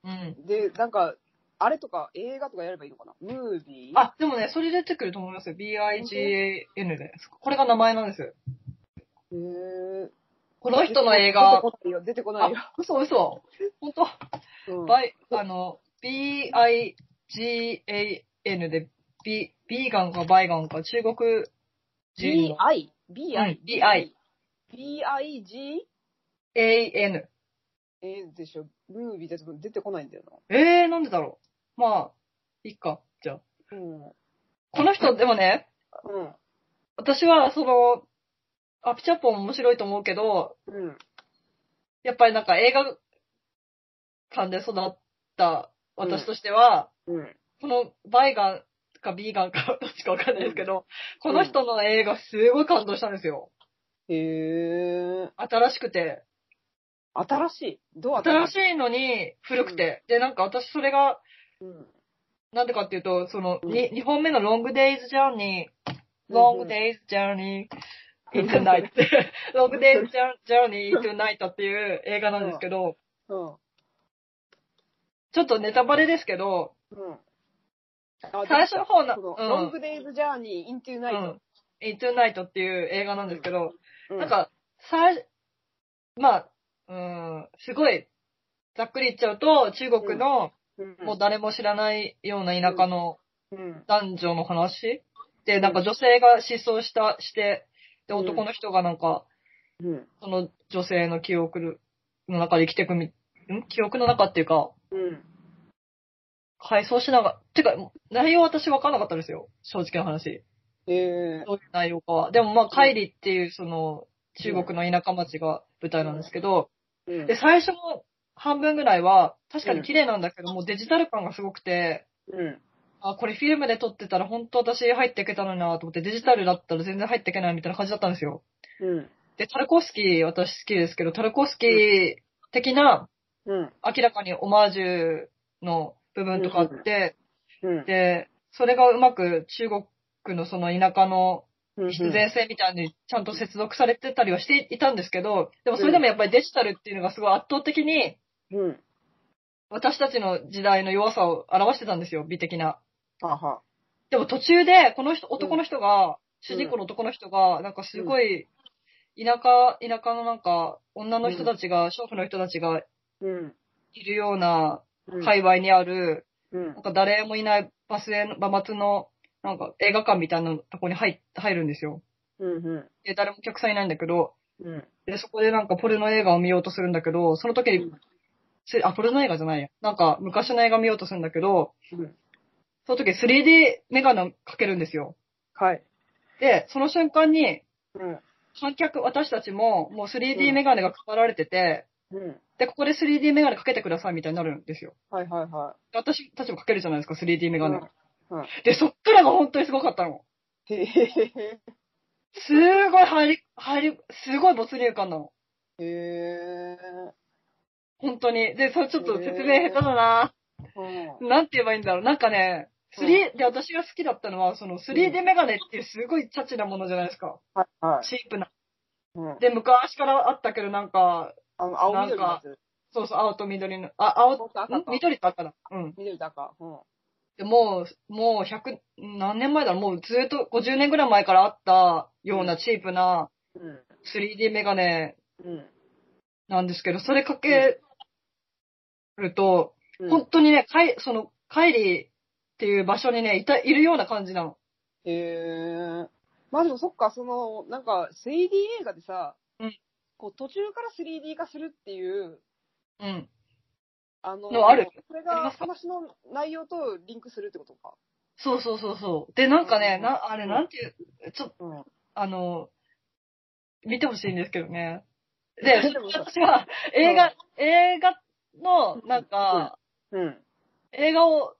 [SPEAKER 2] うん。
[SPEAKER 1] で、なんか、あれとか映画とかやればいいのかなムービー
[SPEAKER 2] あ、でもね、それ出てくると思いますよ。B-I-G-A-N で。これが名前なんですよ。
[SPEAKER 1] へー
[SPEAKER 2] この人の映
[SPEAKER 1] 出、て
[SPEAKER 2] 画
[SPEAKER 1] こないよ、出てこな
[SPEAKER 2] あ
[SPEAKER 1] いよ。、
[SPEAKER 2] 嘘嘘。本当
[SPEAKER 1] うん
[SPEAKER 2] バイ、あの、B-I-G-A-N で、ビ、ビーガンかバイガンか中国人の
[SPEAKER 1] B-I。B-I。
[SPEAKER 2] うん B-I。
[SPEAKER 1] B-I-G?
[SPEAKER 2] A-N。
[SPEAKER 1] えーでしょ。ムービーって出てこないんだよ
[SPEAKER 2] えー、なんでだろう。まあ、いいか、じゃあ。
[SPEAKER 1] な。うん。うん。
[SPEAKER 2] この人、でもね、私は、その、アピチャポン面白いと思うけど、
[SPEAKER 1] うん。
[SPEAKER 2] やっぱりなんか映画館で育った私としては、
[SPEAKER 1] うん。
[SPEAKER 2] このバイガンかビーガンか どっちかわかんないですけど、この人の映画すごい感動したんですよ。
[SPEAKER 1] へー
[SPEAKER 2] 新しくて。
[SPEAKER 1] 新しい。どう
[SPEAKER 2] 新し
[SPEAKER 1] い。
[SPEAKER 2] いのに古くて。で、なんか私それが、
[SPEAKER 1] うん。
[SPEAKER 2] なんでかっていうと、その、
[SPEAKER 1] うん
[SPEAKER 2] に2本目のロングデイズジャーニー、ロングデイズジャーニー、イントゥナ イト、ロングデイズジャーニー、イントゥナイトっていう映画なんですけ ど、
[SPEAKER 1] うん。
[SPEAKER 2] ちょっとネタバレですけど、
[SPEAKER 1] うん。あ
[SPEAKER 2] 最初の方の、
[SPEAKER 1] この
[SPEAKER 2] うん
[SPEAKER 1] ロングデイズジャーニーイントゥナイト。
[SPEAKER 2] うん。イントゥナイトっていう映画なんですけど、
[SPEAKER 1] う
[SPEAKER 2] なん、か、最、まあ、うん、すごい、ざっくり言っちゃうと、中国
[SPEAKER 1] う
[SPEAKER 2] の、
[SPEAKER 1] ん
[SPEAKER 2] もう誰も知らないような田舎の
[SPEAKER 1] うん。
[SPEAKER 2] 男女の話で、なんか女性が失踪した、して、
[SPEAKER 1] う
[SPEAKER 2] で、
[SPEAKER 1] ん
[SPEAKER 2] 男の人がなんか、
[SPEAKER 1] うん。
[SPEAKER 2] その女性の記憶の中で生きてくみ、ん記憶の中っていうか、
[SPEAKER 1] うん。
[SPEAKER 2] 回想しながら、てか、内容私分からなかったですよ。正直な話。
[SPEAKER 1] えー
[SPEAKER 2] どういう内容かは。でもまあ、カイリっていうその、中国の田舎町が舞台なんですけど、
[SPEAKER 1] うん
[SPEAKER 2] で、最初の半分ぐらいは、確かに綺麗なんだけど、もうデジタル感がすごくて、
[SPEAKER 1] うん。
[SPEAKER 2] あ、これフィルムで撮ってたら本当私入っていけたのになと思って、デジタルだったら全然入っていけないみたいな感じだったんですよ。
[SPEAKER 1] うん。
[SPEAKER 2] で、タルコフスキー私好きですけど、タルコフスキー的な
[SPEAKER 1] うん。
[SPEAKER 2] 明らかにオマージュの部分とかあって、
[SPEAKER 1] うん。
[SPEAKER 2] で、それがうまく中国のその田舎の
[SPEAKER 1] うん
[SPEAKER 2] 必然性みたいにちゃんと接続されてたりはしていたんですけど、でもそれでもやっぱりデジタルっていうのがすごい圧倒的に
[SPEAKER 1] うん。
[SPEAKER 2] 私たちの時代の弱さを表してたんですよ、美的な。
[SPEAKER 1] はは。
[SPEAKER 2] でも途中で、この人、男の人が、主人公の男の人が、なんかすごい、田舎、田舎のなんか、女の人たちが、娼婦の人たちが
[SPEAKER 1] うん。
[SPEAKER 2] いるような
[SPEAKER 1] は
[SPEAKER 2] 界
[SPEAKER 1] い。
[SPEAKER 2] 隈にある、
[SPEAKER 1] うん
[SPEAKER 2] なん。か誰もいないバスへの、バ松の、なんか映画館みたいなとこに入、入るんですよ。
[SPEAKER 1] うん。
[SPEAKER 2] で、誰もお客さんいないんだけど、
[SPEAKER 1] うん。
[SPEAKER 2] で、そこでなんかポルノ映画を見ようとするんだけど、その時に、すあ、ポルノ映画じゃないや。なんか昔の映画見ようとするんだけど、
[SPEAKER 1] うん。
[SPEAKER 2] その時 3D メガネをかけるんですよ。
[SPEAKER 1] はい。
[SPEAKER 2] で、その瞬間に、
[SPEAKER 1] うん。
[SPEAKER 2] 観客、私たちももう 3D メガネがかかられてて、
[SPEAKER 1] うん。
[SPEAKER 2] で、ここで 3D メガネかけてくださいみたいになるんですよ。
[SPEAKER 1] はいはいは
[SPEAKER 2] で私たちもかけるじゃないですか、3D メガネ。
[SPEAKER 1] うんうん
[SPEAKER 2] で、そっからが本当にすごかったの。
[SPEAKER 1] い。へへへ
[SPEAKER 2] すごい入り、入り、すごい没入感なの。
[SPEAKER 1] へ。へー
[SPEAKER 2] 本当に。で、それちょっと説明下手だな、
[SPEAKER 1] うん
[SPEAKER 2] なんて言えばいいんだろう。なんかね、3D、で、私が好きだったのは、その 3D メガネっていうすごいチャチなものじゃないですか。
[SPEAKER 1] はいはい。
[SPEAKER 2] チープな。
[SPEAKER 1] うん
[SPEAKER 2] で、昔からあったけど、なんか、
[SPEAKER 1] あの、青緑のやつ。
[SPEAKER 2] そうそう、青と緑の、あ、青と、
[SPEAKER 1] 青と赤
[SPEAKER 2] ん
[SPEAKER 1] と。
[SPEAKER 2] 緑と赤だ。うん。
[SPEAKER 1] 緑と赤。うん。
[SPEAKER 2] でもう、もう100、何年前だろう、もうずっと50年ぐらい前からあったようなチープな
[SPEAKER 1] うん。
[SPEAKER 2] 3D メガネ
[SPEAKER 1] うん
[SPEAKER 2] なんですけど、それかけると、
[SPEAKER 1] うん。
[SPEAKER 2] 本当にね、かい、その、カイリーっていう場所にね、いた、いるような感じなの。
[SPEAKER 1] へえ。まあでもそっか、その、なんか 3D 映画でさ、
[SPEAKER 2] うん
[SPEAKER 1] こう途中から 3D 化するっていう、
[SPEAKER 2] うん。
[SPEAKER 1] あの、
[SPEAKER 2] のある
[SPEAKER 1] それ
[SPEAKER 2] あり
[SPEAKER 1] が
[SPEAKER 2] ますか
[SPEAKER 1] 話の内容とリンクするってことか。
[SPEAKER 2] そうそうそうそう。で、なんかね、
[SPEAKER 1] うん
[SPEAKER 2] な、あれ、なんていう、ちょっと、
[SPEAKER 1] うん。
[SPEAKER 2] あの、見てほしいんですけどね。で、
[SPEAKER 1] 見てほしい
[SPEAKER 2] 私は映画、映画の、なんか、
[SPEAKER 1] うん。
[SPEAKER 2] 映画を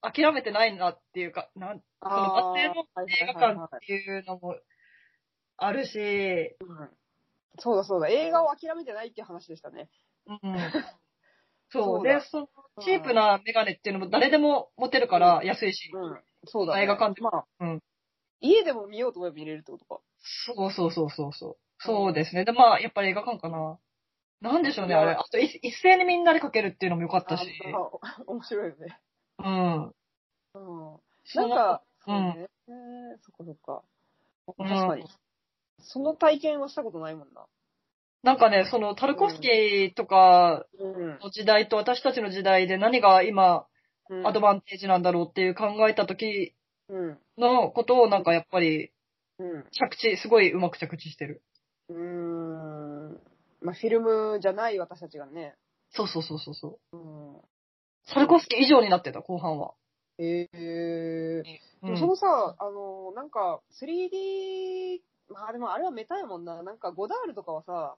[SPEAKER 2] 諦めてないなっていうか、なんその
[SPEAKER 1] あー
[SPEAKER 2] 学生の映画館っていうのもあるし、
[SPEAKER 1] うんそうだそうだ、映画を諦めてないっていう話でしたね。
[SPEAKER 2] うん。 そう。
[SPEAKER 1] そう
[SPEAKER 2] で
[SPEAKER 1] だ、
[SPEAKER 2] その、チープなメガネっていうのも誰でも持てるから安いし。
[SPEAKER 1] うん。そうだ、ね。
[SPEAKER 2] 映画館で
[SPEAKER 1] まあ、
[SPEAKER 2] うん
[SPEAKER 1] 家でも見ようと思えば見れるってことか。
[SPEAKER 2] そうそうそうそうそう。そうですね。で、まあ、やっぱり映画館かな。なんでしょうね、あれ。あと、い一斉にみんなでかけるっていうのも良かったし。
[SPEAKER 1] あまあお面白いよね。
[SPEAKER 2] うん。
[SPEAKER 1] うん。
[SPEAKER 2] そ
[SPEAKER 1] な
[SPEAKER 2] の
[SPEAKER 1] ん、か、
[SPEAKER 2] う
[SPEAKER 1] そ
[SPEAKER 2] ん
[SPEAKER 1] うね。えーそこそこか。
[SPEAKER 2] うん
[SPEAKER 1] 確かに。その体験はしたことないもんな。
[SPEAKER 2] なんかね、その、タルコフスキーとか
[SPEAKER 1] うん
[SPEAKER 2] の時代と私たちの時代で何が今、
[SPEAKER 1] うん
[SPEAKER 2] アドバンテージなんだろうっていう考えた時
[SPEAKER 1] うん。
[SPEAKER 2] のことをなんかやっぱり、
[SPEAKER 1] うん。
[SPEAKER 2] 着地、すごいうまく着地してる。
[SPEAKER 1] うーん。まあ、フィルムじゃない私たちがね。
[SPEAKER 2] そうそうそうそうそう。
[SPEAKER 1] うん。
[SPEAKER 2] タルコフスキー以上になってた、後半は。
[SPEAKER 1] ええ
[SPEAKER 2] う
[SPEAKER 1] でもそのさ、あの、なんか、3D、まあでもあれはメタやもんな。なんか、ゴダールとかはさ、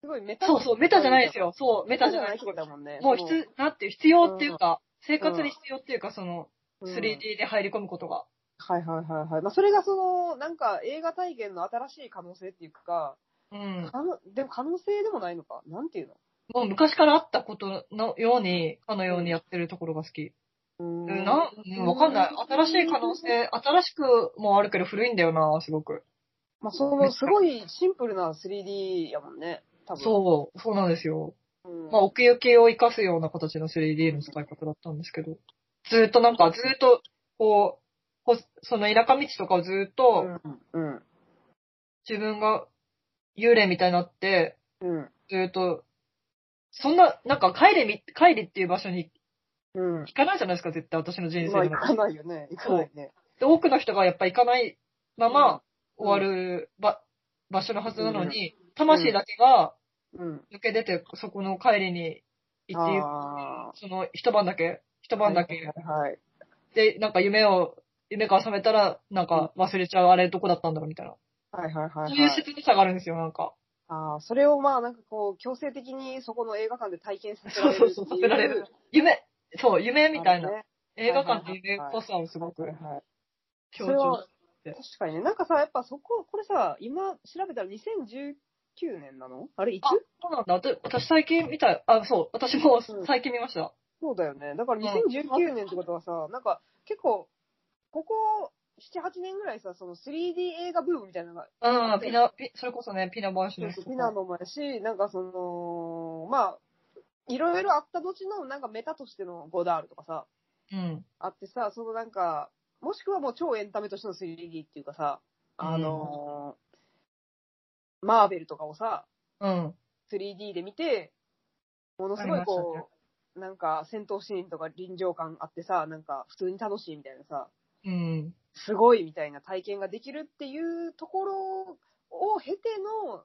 [SPEAKER 1] すごいメタ。
[SPEAKER 2] そうそう、メタじゃないです
[SPEAKER 1] よ。
[SPEAKER 2] よ。そう、メ
[SPEAKER 1] メタ
[SPEAKER 2] タ
[SPEAKER 1] じ
[SPEAKER 2] じ
[SPEAKER 1] ゃ
[SPEAKER 2] ゃ
[SPEAKER 1] な
[SPEAKER 2] ない
[SPEAKER 1] っ
[SPEAKER 2] い
[SPEAKER 1] て。ことだもんね。
[SPEAKER 2] もう
[SPEAKER 1] そ
[SPEAKER 2] 必、なんていう、必要っていうか、生活に必要っていうか、その、
[SPEAKER 1] うん
[SPEAKER 2] 3D で入り込むことが。
[SPEAKER 1] はいはいはいはい。まあ、それがその、なんか、映画体験の新しい可能性っていうか、
[SPEAKER 2] うん。
[SPEAKER 1] 可能でも可能性でもないのか。なんていう
[SPEAKER 2] もう昔からあったことのように、かのようにやってるところが好き。
[SPEAKER 1] の
[SPEAKER 2] うん、な、うんわかんない。新しい可能。性、新しくもあるけど古いんだよな、すごく。
[SPEAKER 1] まあ、その、すごいシンプルな 3D やもんね。多分。
[SPEAKER 2] そう、そうなんですよ。
[SPEAKER 1] うん。
[SPEAKER 2] まあ、奥行きを生かすような形の 3D の使い方だったんですけど、ずーっとなんか、ずーっと、こう、こその田舎道とかをずーっと、
[SPEAKER 1] うん。うん。
[SPEAKER 2] 自分が幽霊みたいになって、
[SPEAKER 1] うん。
[SPEAKER 2] ずーっと、そんな、なんか帰れみ、帰れっていう場所に
[SPEAKER 1] うん。
[SPEAKER 2] 行かないじゃないですか、絶対私の人生
[SPEAKER 1] まあ、
[SPEAKER 2] で
[SPEAKER 1] 行
[SPEAKER 2] も。
[SPEAKER 1] かないよね。行かないね。
[SPEAKER 2] で、多くの人がやっぱ行かないまま
[SPEAKER 1] うん
[SPEAKER 2] 終わる場、場所のはずなのに、魂だけが
[SPEAKER 1] うん。
[SPEAKER 2] 抜け出て、そこの帰りに行って
[SPEAKER 1] あ
[SPEAKER 2] その一晩だけ、一晩だけ。
[SPEAKER 1] はい。
[SPEAKER 2] で、なんか夢を、夢から覚めたら、なんか忘れちゃう、あれどこだったんだろうみたいな。
[SPEAKER 1] はいはいはい、は
[SPEAKER 2] そ
[SPEAKER 1] い。
[SPEAKER 2] ういう切なさがあるんですよ、なんか。
[SPEAKER 1] ああ、それをまあなんかこう、強制的にそこの映画館で体験させられるって
[SPEAKER 2] そ
[SPEAKER 1] いうう。
[SPEAKER 2] そうそうさせられる夢、そう、夢みたい
[SPEAKER 1] あ
[SPEAKER 2] な
[SPEAKER 1] れ。ね
[SPEAKER 2] 映画館の夢っぽさをすごく
[SPEAKER 1] はいはい。
[SPEAKER 2] 強
[SPEAKER 1] それ
[SPEAKER 2] 調
[SPEAKER 1] は確かにね。なんかさ、やっぱそこ、これさ、今調べたら2019年なのあれ、いつ
[SPEAKER 2] あそうなんだ。わた私最近見た、あ、そう、私も
[SPEAKER 1] うん
[SPEAKER 2] 最近見ました。
[SPEAKER 1] そうだよね。だから
[SPEAKER 2] うん
[SPEAKER 1] 2019年ってことはさ、なんか結構、ここ7、8年ぐらいさ、その 3D 映画ブームみたいなのが、
[SPEAKER 2] うん、
[SPEAKER 1] うん
[SPEAKER 2] ピナ、ピそれこそね、ピナバーシュです。
[SPEAKER 1] ピナのもやし、なんかその、まあ、いろいろあった後のなんかメタとしてのゴダールとかさ、
[SPEAKER 2] うん。
[SPEAKER 1] あってさ、そのなんか、もしくはもう超エンタメとしての 3D っていうかさ、あのーマーベルとかをさ、
[SPEAKER 2] うん。
[SPEAKER 1] 3D で見て、ものすごい
[SPEAKER 2] ありま
[SPEAKER 1] こう、なんか戦闘シーンとか臨場感あってさ、なんか普通に楽しいみたいなさ、
[SPEAKER 2] うん。
[SPEAKER 1] すごいみたいな体験ができるっていうところを経ての、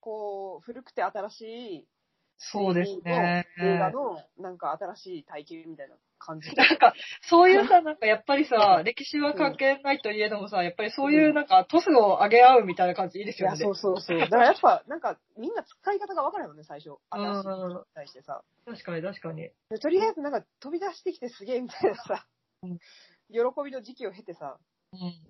[SPEAKER 1] こう、古くて新しい
[SPEAKER 2] そうですね。
[SPEAKER 1] 映画の、なんか新しい体験みたいな感じ。
[SPEAKER 2] なんか、そういうさ、なんかやっぱりさ、歴史は関係ないといえどもさ、やっぱりそういうなんかトスを上げ合うみたいな感じいいで
[SPEAKER 1] い
[SPEAKER 2] すよ
[SPEAKER 1] や、
[SPEAKER 2] ね。
[SPEAKER 1] そうそうそう。だからやっぱ、なんか、みんな使い方がわからんよね、最初。新しいことに対してさ。
[SPEAKER 2] 確かに確かに。
[SPEAKER 1] でとりあえず、なんか、飛び出してきてすげえみたいなさ
[SPEAKER 2] うん、
[SPEAKER 1] 喜びの時期を経てさ、
[SPEAKER 2] うん。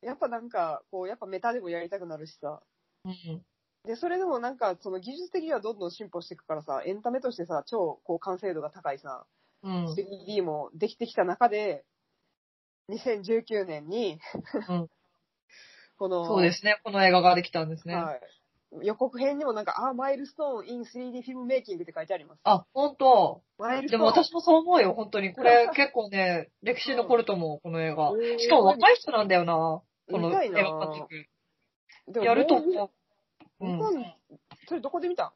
[SPEAKER 1] やっぱなんか、こう、やっぱメタでもやりたくなるしさ。
[SPEAKER 2] うん。
[SPEAKER 1] で、それでもなんか、その技術的にはどんどん進歩していくからさ、エンタメとしてさ、超、こう、完成度が高いさ、
[SPEAKER 2] うん。
[SPEAKER 1] 3D もできてきた中で、2019年に、
[SPEAKER 2] うん
[SPEAKER 1] この、
[SPEAKER 2] そうですね。この映画ができたんですね。
[SPEAKER 1] はい、予告編にもなんか、あ、マイルストーン in 3D フィルムメイキングって書いてあります。
[SPEAKER 2] あ、本当
[SPEAKER 1] マイルストー
[SPEAKER 2] で
[SPEAKER 1] ン。
[SPEAKER 2] も私もそう思うよ、本当に。これ結構ね、歴史に残ると思う、この映画
[SPEAKER 1] う。ん
[SPEAKER 2] しかも若い人なんだよな、この
[SPEAKER 1] 見たい
[SPEAKER 2] 映
[SPEAKER 1] な
[SPEAKER 2] 画監督。
[SPEAKER 1] でも
[SPEAKER 2] やると思う。う
[SPEAKER 1] 日
[SPEAKER 2] ん。
[SPEAKER 1] 本、それどこで見た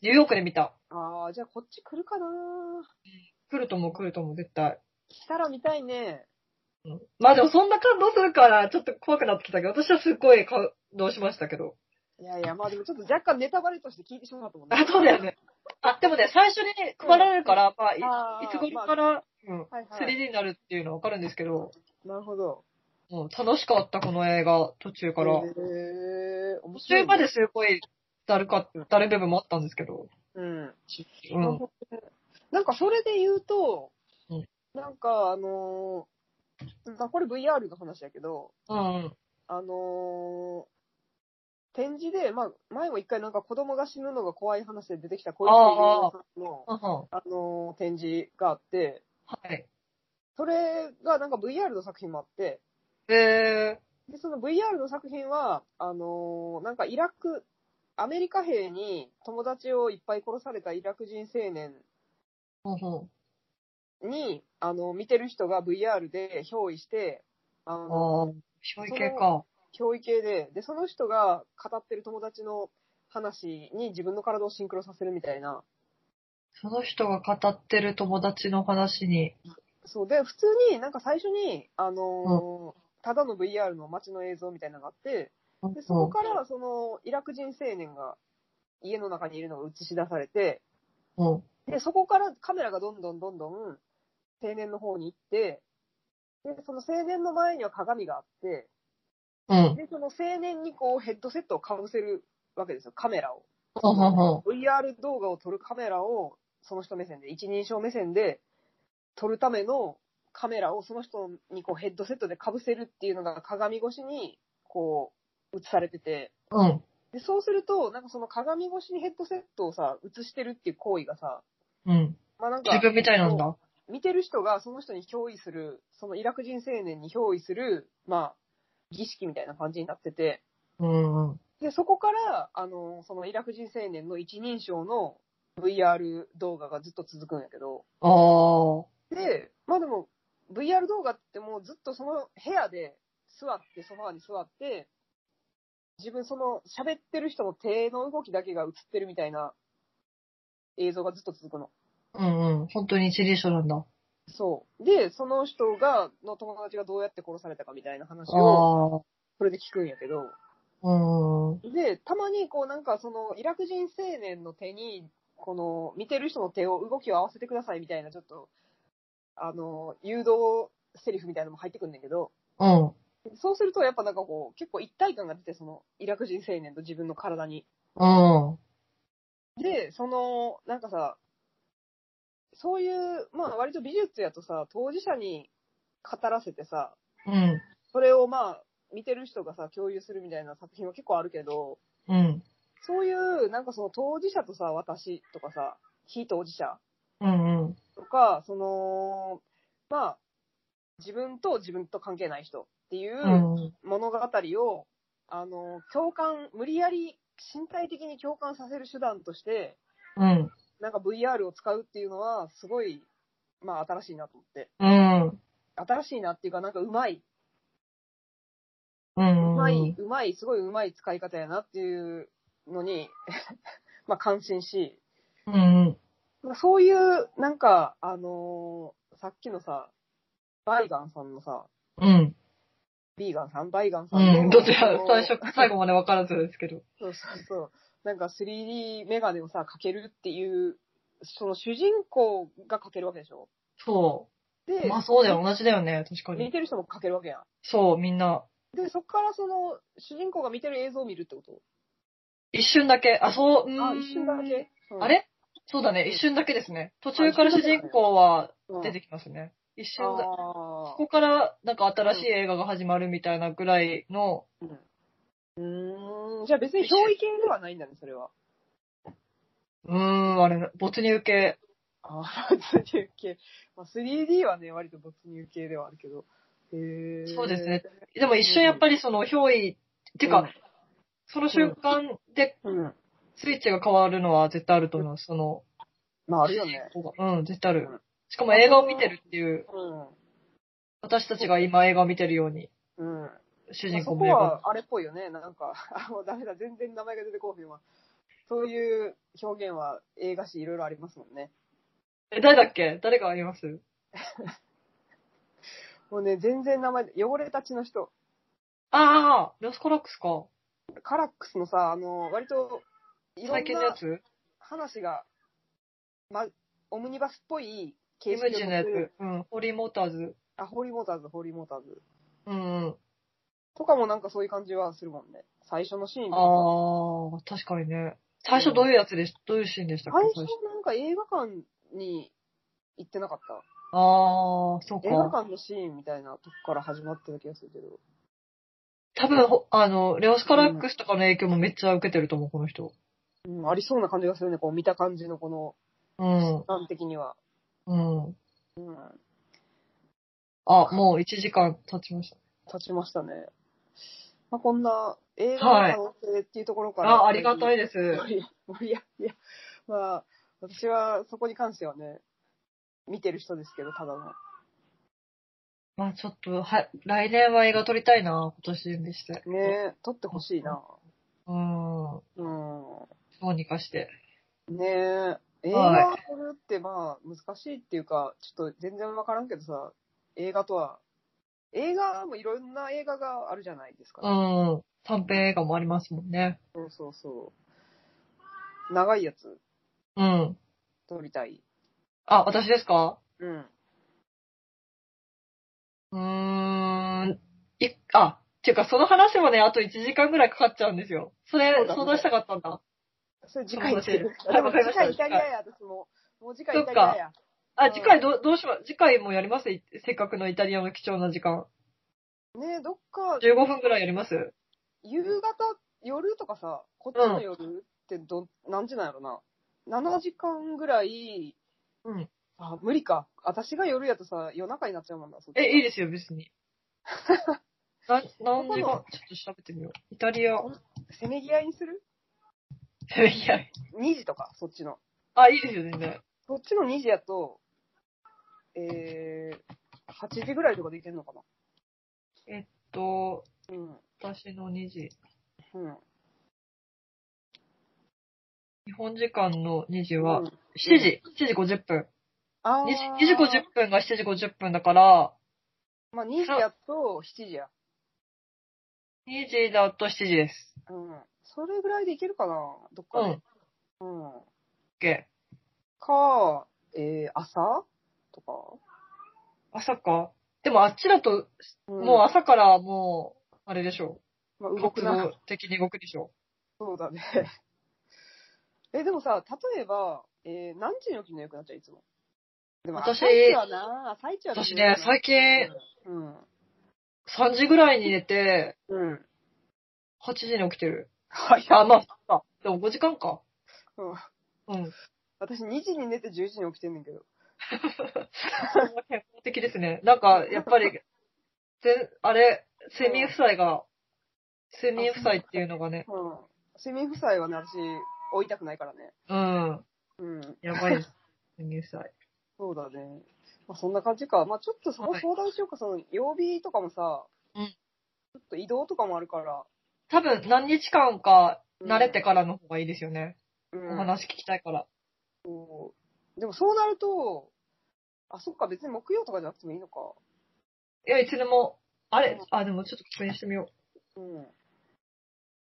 [SPEAKER 2] ニューヨークで見た。
[SPEAKER 1] ああ、じゃあこっち来るかな
[SPEAKER 2] 来ると思う、来ると思う、絶対。
[SPEAKER 1] 来たら見たいね。
[SPEAKER 2] うんまあでもそんな感動するから、ちょっと怖くなってきたけど、私はすっごい感動しまし たけど。
[SPEAKER 1] いやいや、まあでもちょっと若干ネタバレとして聞いてしまったもんね。
[SPEAKER 2] あ、そうだよね。あ、でもね、最初に配られるから、まあ、い
[SPEAKER 1] あー
[SPEAKER 2] いつ頃から、うん
[SPEAKER 1] はいはい
[SPEAKER 2] 3D になるっていうのはわかるんですけど、
[SPEAKER 1] なるほど。
[SPEAKER 2] もう楽しかった、この映画、途中から。
[SPEAKER 1] へえ、面
[SPEAKER 2] 途
[SPEAKER 1] 白い、
[SPEAKER 2] 中まですごい、だるか、だる部分もあったんですけど。
[SPEAKER 1] うん。
[SPEAKER 2] う
[SPEAKER 1] なる
[SPEAKER 2] ん。
[SPEAKER 1] ほどねなんかそれで言うと、
[SPEAKER 2] うん
[SPEAKER 1] なんかあのーまあこれ VR の話やけど、
[SPEAKER 2] うん。
[SPEAKER 1] あのー展示で、まあ、前も一回なんか子供が死ぬのが怖い話で出てきた小
[SPEAKER 2] あ
[SPEAKER 1] 泉
[SPEAKER 2] あ
[SPEAKER 1] さんの、
[SPEAKER 2] は
[SPEAKER 1] あのー展示があって、
[SPEAKER 2] い。
[SPEAKER 1] それがなんか VR の作品もあって、
[SPEAKER 2] え
[SPEAKER 1] で、その VR の作品は、あのーなんかイラク、アメリカ兵に友達をいっぱい殺されたイラク人青年
[SPEAKER 2] ー、うんうん。
[SPEAKER 1] に、あの、見てる人が VR で憑依して、あ
[SPEAKER 2] ああ
[SPEAKER 1] の、、
[SPEAKER 2] 表意系か。
[SPEAKER 1] 憑依系で、で、その人が語ってる友達の話に自分の体をシンクロさせるみたいな。
[SPEAKER 2] その人が語ってる友達の話に。
[SPEAKER 1] そうで、普通になんか最初に、あのーただの VR の街の映像みたいなのがあって、
[SPEAKER 2] うん
[SPEAKER 1] で、そこからそのイラク人青年が家の中にいるのが映し出されて、
[SPEAKER 2] うん。
[SPEAKER 1] で、そこからカメラがどんどんどんどん青年の方に行って、で、その青年の前には鏡があって、
[SPEAKER 2] うん。
[SPEAKER 1] で、その青年にこうヘッドセットをかぶせるわけですよ、カメラを。
[SPEAKER 2] うんうんうん。
[SPEAKER 1] VR 動画を撮るカメラを、その人目線で、一人称目線で撮るためのカメラをその人にこうヘッドセットでかぶせるっていうのが鏡越しにこう映されてて、
[SPEAKER 2] うん。
[SPEAKER 1] で、そうすると、なんかその鏡越しにヘッドセットをさ、映してるっていう行為がさ、
[SPEAKER 2] うん。
[SPEAKER 1] まあなんか
[SPEAKER 2] 自、分みたいなんだ。
[SPEAKER 1] 見てる人がその人に憑依する、そのイラク人青年に憑依する、まあ、儀式みたいな感じになってて、
[SPEAKER 2] うんうん。
[SPEAKER 1] で、そこから、あの、そのイラク人青年の一人称の VR 動画がずっと続くんやけど、
[SPEAKER 2] ああ。
[SPEAKER 1] で、まあでも、VR 動画ってもうずっとその部屋で座って、ソファーに座って、自分その喋ってる人の手の動きだけが映ってるみたいな映像がずっと続くの。
[SPEAKER 2] うんうん。本当に一人称なんだ。
[SPEAKER 1] そう。で、その人が、の友達がどうやって殺されたかみたいな話
[SPEAKER 2] あ
[SPEAKER 1] を、
[SPEAKER 2] あ。
[SPEAKER 1] それで聞くんやけど、
[SPEAKER 2] うんうん。
[SPEAKER 1] で、たまにこうなんかそのイラク人青年の手に、この見てる人の手を動きを合わせてくださいみたいなちょっと、あの、誘導セリフみたいなのも入ってくんだけど、
[SPEAKER 2] うん。
[SPEAKER 1] そうするとやっぱなんかこう結構一体感が出てそのイラク人青年と自分の体に。
[SPEAKER 2] うん。
[SPEAKER 1] で、その、なんかさ、そういう、まあ割と美術やとさ、当事者に語らせてさ、
[SPEAKER 2] うん。
[SPEAKER 1] それをまあ見てる人がさ、共有するみたいな作品は結構あるけど、
[SPEAKER 2] うん。
[SPEAKER 1] そういう、なんかその当事者とさ、私とかさ、非当事者
[SPEAKER 2] うんうん。
[SPEAKER 1] とか、その、まあ、自分と自分と関係ない人っていう
[SPEAKER 2] うん。
[SPEAKER 1] 物語を、あの、共感、無理やり身体的に共感させる手段として、
[SPEAKER 2] うん。
[SPEAKER 1] なんか VR を使うっていうのは、すごい、まあ新しいなと思って。
[SPEAKER 2] うん。
[SPEAKER 1] 新しいなっていうか、なんかうまい、
[SPEAKER 2] う。
[SPEAKER 1] うんまい、うまい、すごいうまい使い方やなっていうのに、 まあ感心し、
[SPEAKER 2] うんうん。
[SPEAKER 1] まあそういう、なんか、あのーさっきのさ、バイガンさんのさ、
[SPEAKER 2] うん。
[SPEAKER 1] ビーガンさん、バイガンさんの、
[SPEAKER 2] うん。どちら
[SPEAKER 1] あの、ー
[SPEAKER 2] 最初、最後まで分からずですけど。
[SPEAKER 1] そうそうそう。なんか 3D メガネをさ、かけるっていう、その主人公がかけるわけでしょ
[SPEAKER 2] そ
[SPEAKER 1] で、
[SPEAKER 2] う。まあそうだよ、同じだよね、確か
[SPEAKER 1] 見
[SPEAKER 2] に。
[SPEAKER 1] てる人もかけるわけやん。
[SPEAKER 2] そう、みんな。
[SPEAKER 1] で、そっからその、主人公が見てる映像を見るってこと
[SPEAKER 2] 一瞬だけ。あ、そう、うーん
[SPEAKER 1] あ、一瞬だけ。うん
[SPEAKER 2] あれそうだね、一瞬だけですね。途中から主人公は
[SPEAKER 1] うん
[SPEAKER 2] 出てきますね。一
[SPEAKER 1] あ
[SPEAKER 2] 瞬だ。
[SPEAKER 1] ー
[SPEAKER 2] ここからなんか新しい映画が始まるみたいなぐらいの、
[SPEAKER 1] うん。うーん。じゃあ別に上位系ではないんだね、それは。
[SPEAKER 2] うーん、あれ、没入系。
[SPEAKER 1] ああ、没入系。まあ、3D はね、割と没入系ではあるけど。へえ。
[SPEAKER 2] そうですね。でも一瞬やっぱりその憑依、っていうか、その瞬間で
[SPEAKER 1] うん、うん。
[SPEAKER 2] スイッチが変わるのは絶対あると思う。その、
[SPEAKER 1] まあ、あるよね。
[SPEAKER 2] うん、絶対あ
[SPEAKER 1] うん
[SPEAKER 2] る。しかも映画を見てるっていう、
[SPEAKER 1] う
[SPEAKER 2] 私たちが今映画を見てるように、
[SPEAKER 1] ん。うん。
[SPEAKER 2] 主
[SPEAKER 1] まあ
[SPEAKER 2] 人
[SPEAKER 1] そこ
[SPEAKER 2] 公も映画。
[SPEAKER 1] は、あれっぽいよね。なんか、 あ、もうダメだ。全然名前が出てこうへんわ。そういう表現は映画史いろいろありますもんね。
[SPEAKER 2] え、誰だっけ誰があります
[SPEAKER 1] もうね、全然名前、汚れたちの人。
[SPEAKER 2] ああ、ロスコラックスか。
[SPEAKER 1] カラックスのさ、あの、割と、いろん
[SPEAKER 2] 最近のや
[SPEAKER 1] な
[SPEAKER 2] つ
[SPEAKER 1] 話が、ま、オムニバスっぽい
[SPEAKER 2] イ
[SPEAKER 1] 形
[SPEAKER 2] ム
[SPEAKER 1] 式を
[SPEAKER 2] ジ
[SPEAKER 1] 取
[SPEAKER 2] ン
[SPEAKER 1] っ
[SPEAKER 2] のや
[SPEAKER 1] て
[SPEAKER 2] つ
[SPEAKER 1] る。。
[SPEAKER 2] うん、ホリーモーターズ。
[SPEAKER 1] あ、ホーリーモーターズ、ホーリーモーターズ。
[SPEAKER 2] うんうん。
[SPEAKER 1] とかもなんかそういう感じはするもんね。最初のシーンとか
[SPEAKER 2] ああ、確かにね。最初どういうやつでしどういうシーンでしたっけ
[SPEAKER 1] 最初なんか映画館に行ってなかった。
[SPEAKER 2] ああ、そう
[SPEAKER 1] 映画
[SPEAKER 2] か。
[SPEAKER 1] 館のシーンみたいなとこから始まってた気がするけど。
[SPEAKER 2] 多分、ほあの、レオスカラックスとかの影響もめっちゃ受けてると思う、この人。
[SPEAKER 1] うん、ありそうな感じがするね。こう見た感じのこの、
[SPEAKER 2] うん、
[SPEAKER 1] 感的には。
[SPEAKER 2] うん。
[SPEAKER 1] うん。
[SPEAKER 2] あ、もう1時間経ちました。
[SPEAKER 1] 立ちましたね。まあ、こんな映画の可能性っていうところから。
[SPEAKER 2] あ、ありがた
[SPEAKER 1] い。
[SPEAKER 2] いです。
[SPEAKER 1] いや、いや、いや、まあ、私はそこに関してはね、見てる人ですけど、ただの。
[SPEAKER 2] まあちょっと、は、来年は映画撮りたいな、今年にして。
[SPEAKER 1] ねえ、撮ってほしいな。
[SPEAKER 2] うん。
[SPEAKER 1] うん。
[SPEAKER 2] どうにかして。
[SPEAKER 1] ねえ、映
[SPEAKER 2] は
[SPEAKER 1] 画を撮るってまあ難しいっていうか、ちょっと全然わからんけどさ、映画とは、映画もいろんな映画があるじゃないです
[SPEAKER 2] う
[SPEAKER 1] か。
[SPEAKER 2] ん。短編映画もありますもんね。
[SPEAKER 1] そうそうそう。長いやつ
[SPEAKER 2] うん。
[SPEAKER 1] 撮りたい。
[SPEAKER 2] あ、私ですか
[SPEAKER 1] うん。
[SPEAKER 2] うーん。い、あ、っていうかその話もね、あと1時間ぐらいかかっちゃうんですよ。それ
[SPEAKER 1] そ、うだね
[SPEAKER 2] 相談したかったんだ。
[SPEAKER 1] それ次回にする。
[SPEAKER 2] はいわかりました
[SPEAKER 1] でも次回イタリアや、私も。もう次回イタリアや。う
[SPEAKER 2] あ、
[SPEAKER 1] ん
[SPEAKER 2] 次回どう、どうしま、次回もやりますいせっかくのイタリアの貴重な時間。
[SPEAKER 1] ねえ、どっか、
[SPEAKER 2] 15分ぐらいやります
[SPEAKER 1] 夕方、夜とかさ、こっちの夜ってど、何時なんやろな。7時間ぐらい、
[SPEAKER 2] うん。
[SPEAKER 1] あ、無理か。私が夜やとさ、夜中になっちゃうもんな。そっち
[SPEAKER 2] え、いいですよ、別に。な、何時間ちょっと調べてみよう。イタリア。
[SPEAKER 1] せめぎ合いにする
[SPEAKER 2] いや、
[SPEAKER 1] ?2 時とか、そっちの。
[SPEAKER 2] あ、いいですよ、全然。
[SPEAKER 1] そっちの2時やと、えー、8時ぐらいとかでいけるのかな。
[SPEAKER 2] と、
[SPEAKER 1] うん。
[SPEAKER 2] 私の2時。
[SPEAKER 1] うん。
[SPEAKER 2] 日本時間の2時は、
[SPEAKER 1] う
[SPEAKER 2] 7
[SPEAKER 1] ん、
[SPEAKER 2] 時、7時50分。
[SPEAKER 1] あ
[SPEAKER 2] 2
[SPEAKER 1] ー
[SPEAKER 2] 時 ,2 時50分が7時50分だから、
[SPEAKER 1] まあ、2時やと7時や。
[SPEAKER 2] 2時だと7時です。
[SPEAKER 1] うん。それぐらいでいけるかなどっ
[SPEAKER 2] う
[SPEAKER 1] かで
[SPEAKER 2] ん。。
[SPEAKER 1] うん。
[SPEAKER 2] OK。
[SPEAKER 1] か、えー、朝とか。
[SPEAKER 2] 朝か。でもあっちだと、
[SPEAKER 1] うん
[SPEAKER 2] もう朝からもう、あれでしょ
[SPEAKER 1] まあ、
[SPEAKER 2] う。
[SPEAKER 1] 動く
[SPEAKER 2] 活
[SPEAKER 1] な。
[SPEAKER 2] 動的に動くでしょ
[SPEAKER 1] そうだね。 え、でもさ、例えば、えー、何時に起きるのよくなっちゃう、いつも。でも、
[SPEAKER 2] 私
[SPEAKER 1] 朝一はな、朝一
[SPEAKER 2] う。
[SPEAKER 1] は
[SPEAKER 2] 私ね、最近、
[SPEAKER 1] 近。うん。
[SPEAKER 2] 3時ぐらいに寝て、
[SPEAKER 1] うん。
[SPEAKER 2] 8時に起きてる。
[SPEAKER 1] はい
[SPEAKER 2] あ、まあ、そっかでも5時間か。
[SPEAKER 1] うん
[SPEAKER 2] うん。
[SPEAKER 1] 私2時に寝て10時に起きてんねんけど。
[SPEAKER 2] 健康的ですね。なんか、やっぱり、ぜあれ、睡眠負債が、睡眠負債っていうのがね、
[SPEAKER 1] うん。睡眠負債はね、私、追いたくないからね。
[SPEAKER 2] うん、
[SPEAKER 1] うん。
[SPEAKER 2] や ばいです。睡眠負債。
[SPEAKER 1] そうだね。まあ、そんな感じか。まあ、ちょっとそこ
[SPEAKER 2] はい
[SPEAKER 1] 相談しようか。その、曜日とかもさ、
[SPEAKER 2] うん
[SPEAKER 1] ちょっと移動とかもあるから。
[SPEAKER 2] 多分、何日間か
[SPEAKER 1] うん
[SPEAKER 2] 慣れてからの方がいいですよね。
[SPEAKER 1] うん
[SPEAKER 2] お話聞きたいから。
[SPEAKER 1] そうでもそうなると、あ、そっか、別に木曜とかじゃなくてもいいのか。
[SPEAKER 2] いや、いつでも、あれ、あ、でもちょっと確認してみよう。
[SPEAKER 1] うん。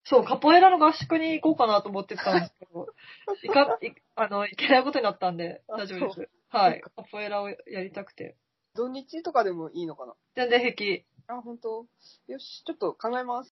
[SPEAKER 2] そう、カポエラの合宿に行こうかなと思ってたんですけ ど、いか、いあの、行けないことになったんで、
[SPEAKER 1] あ
[SPEAKER 2] 大丈夫
[SPEAKER 1] そ
[SPEAKER 2] です。はい。カポエラをやりたくて。
[SPEAKER 1] 土日とかでもいいのかな
[SPEAKER 2] 全然平気。
[SPEAKER 1] あ、本当よし、ちょっと考えます。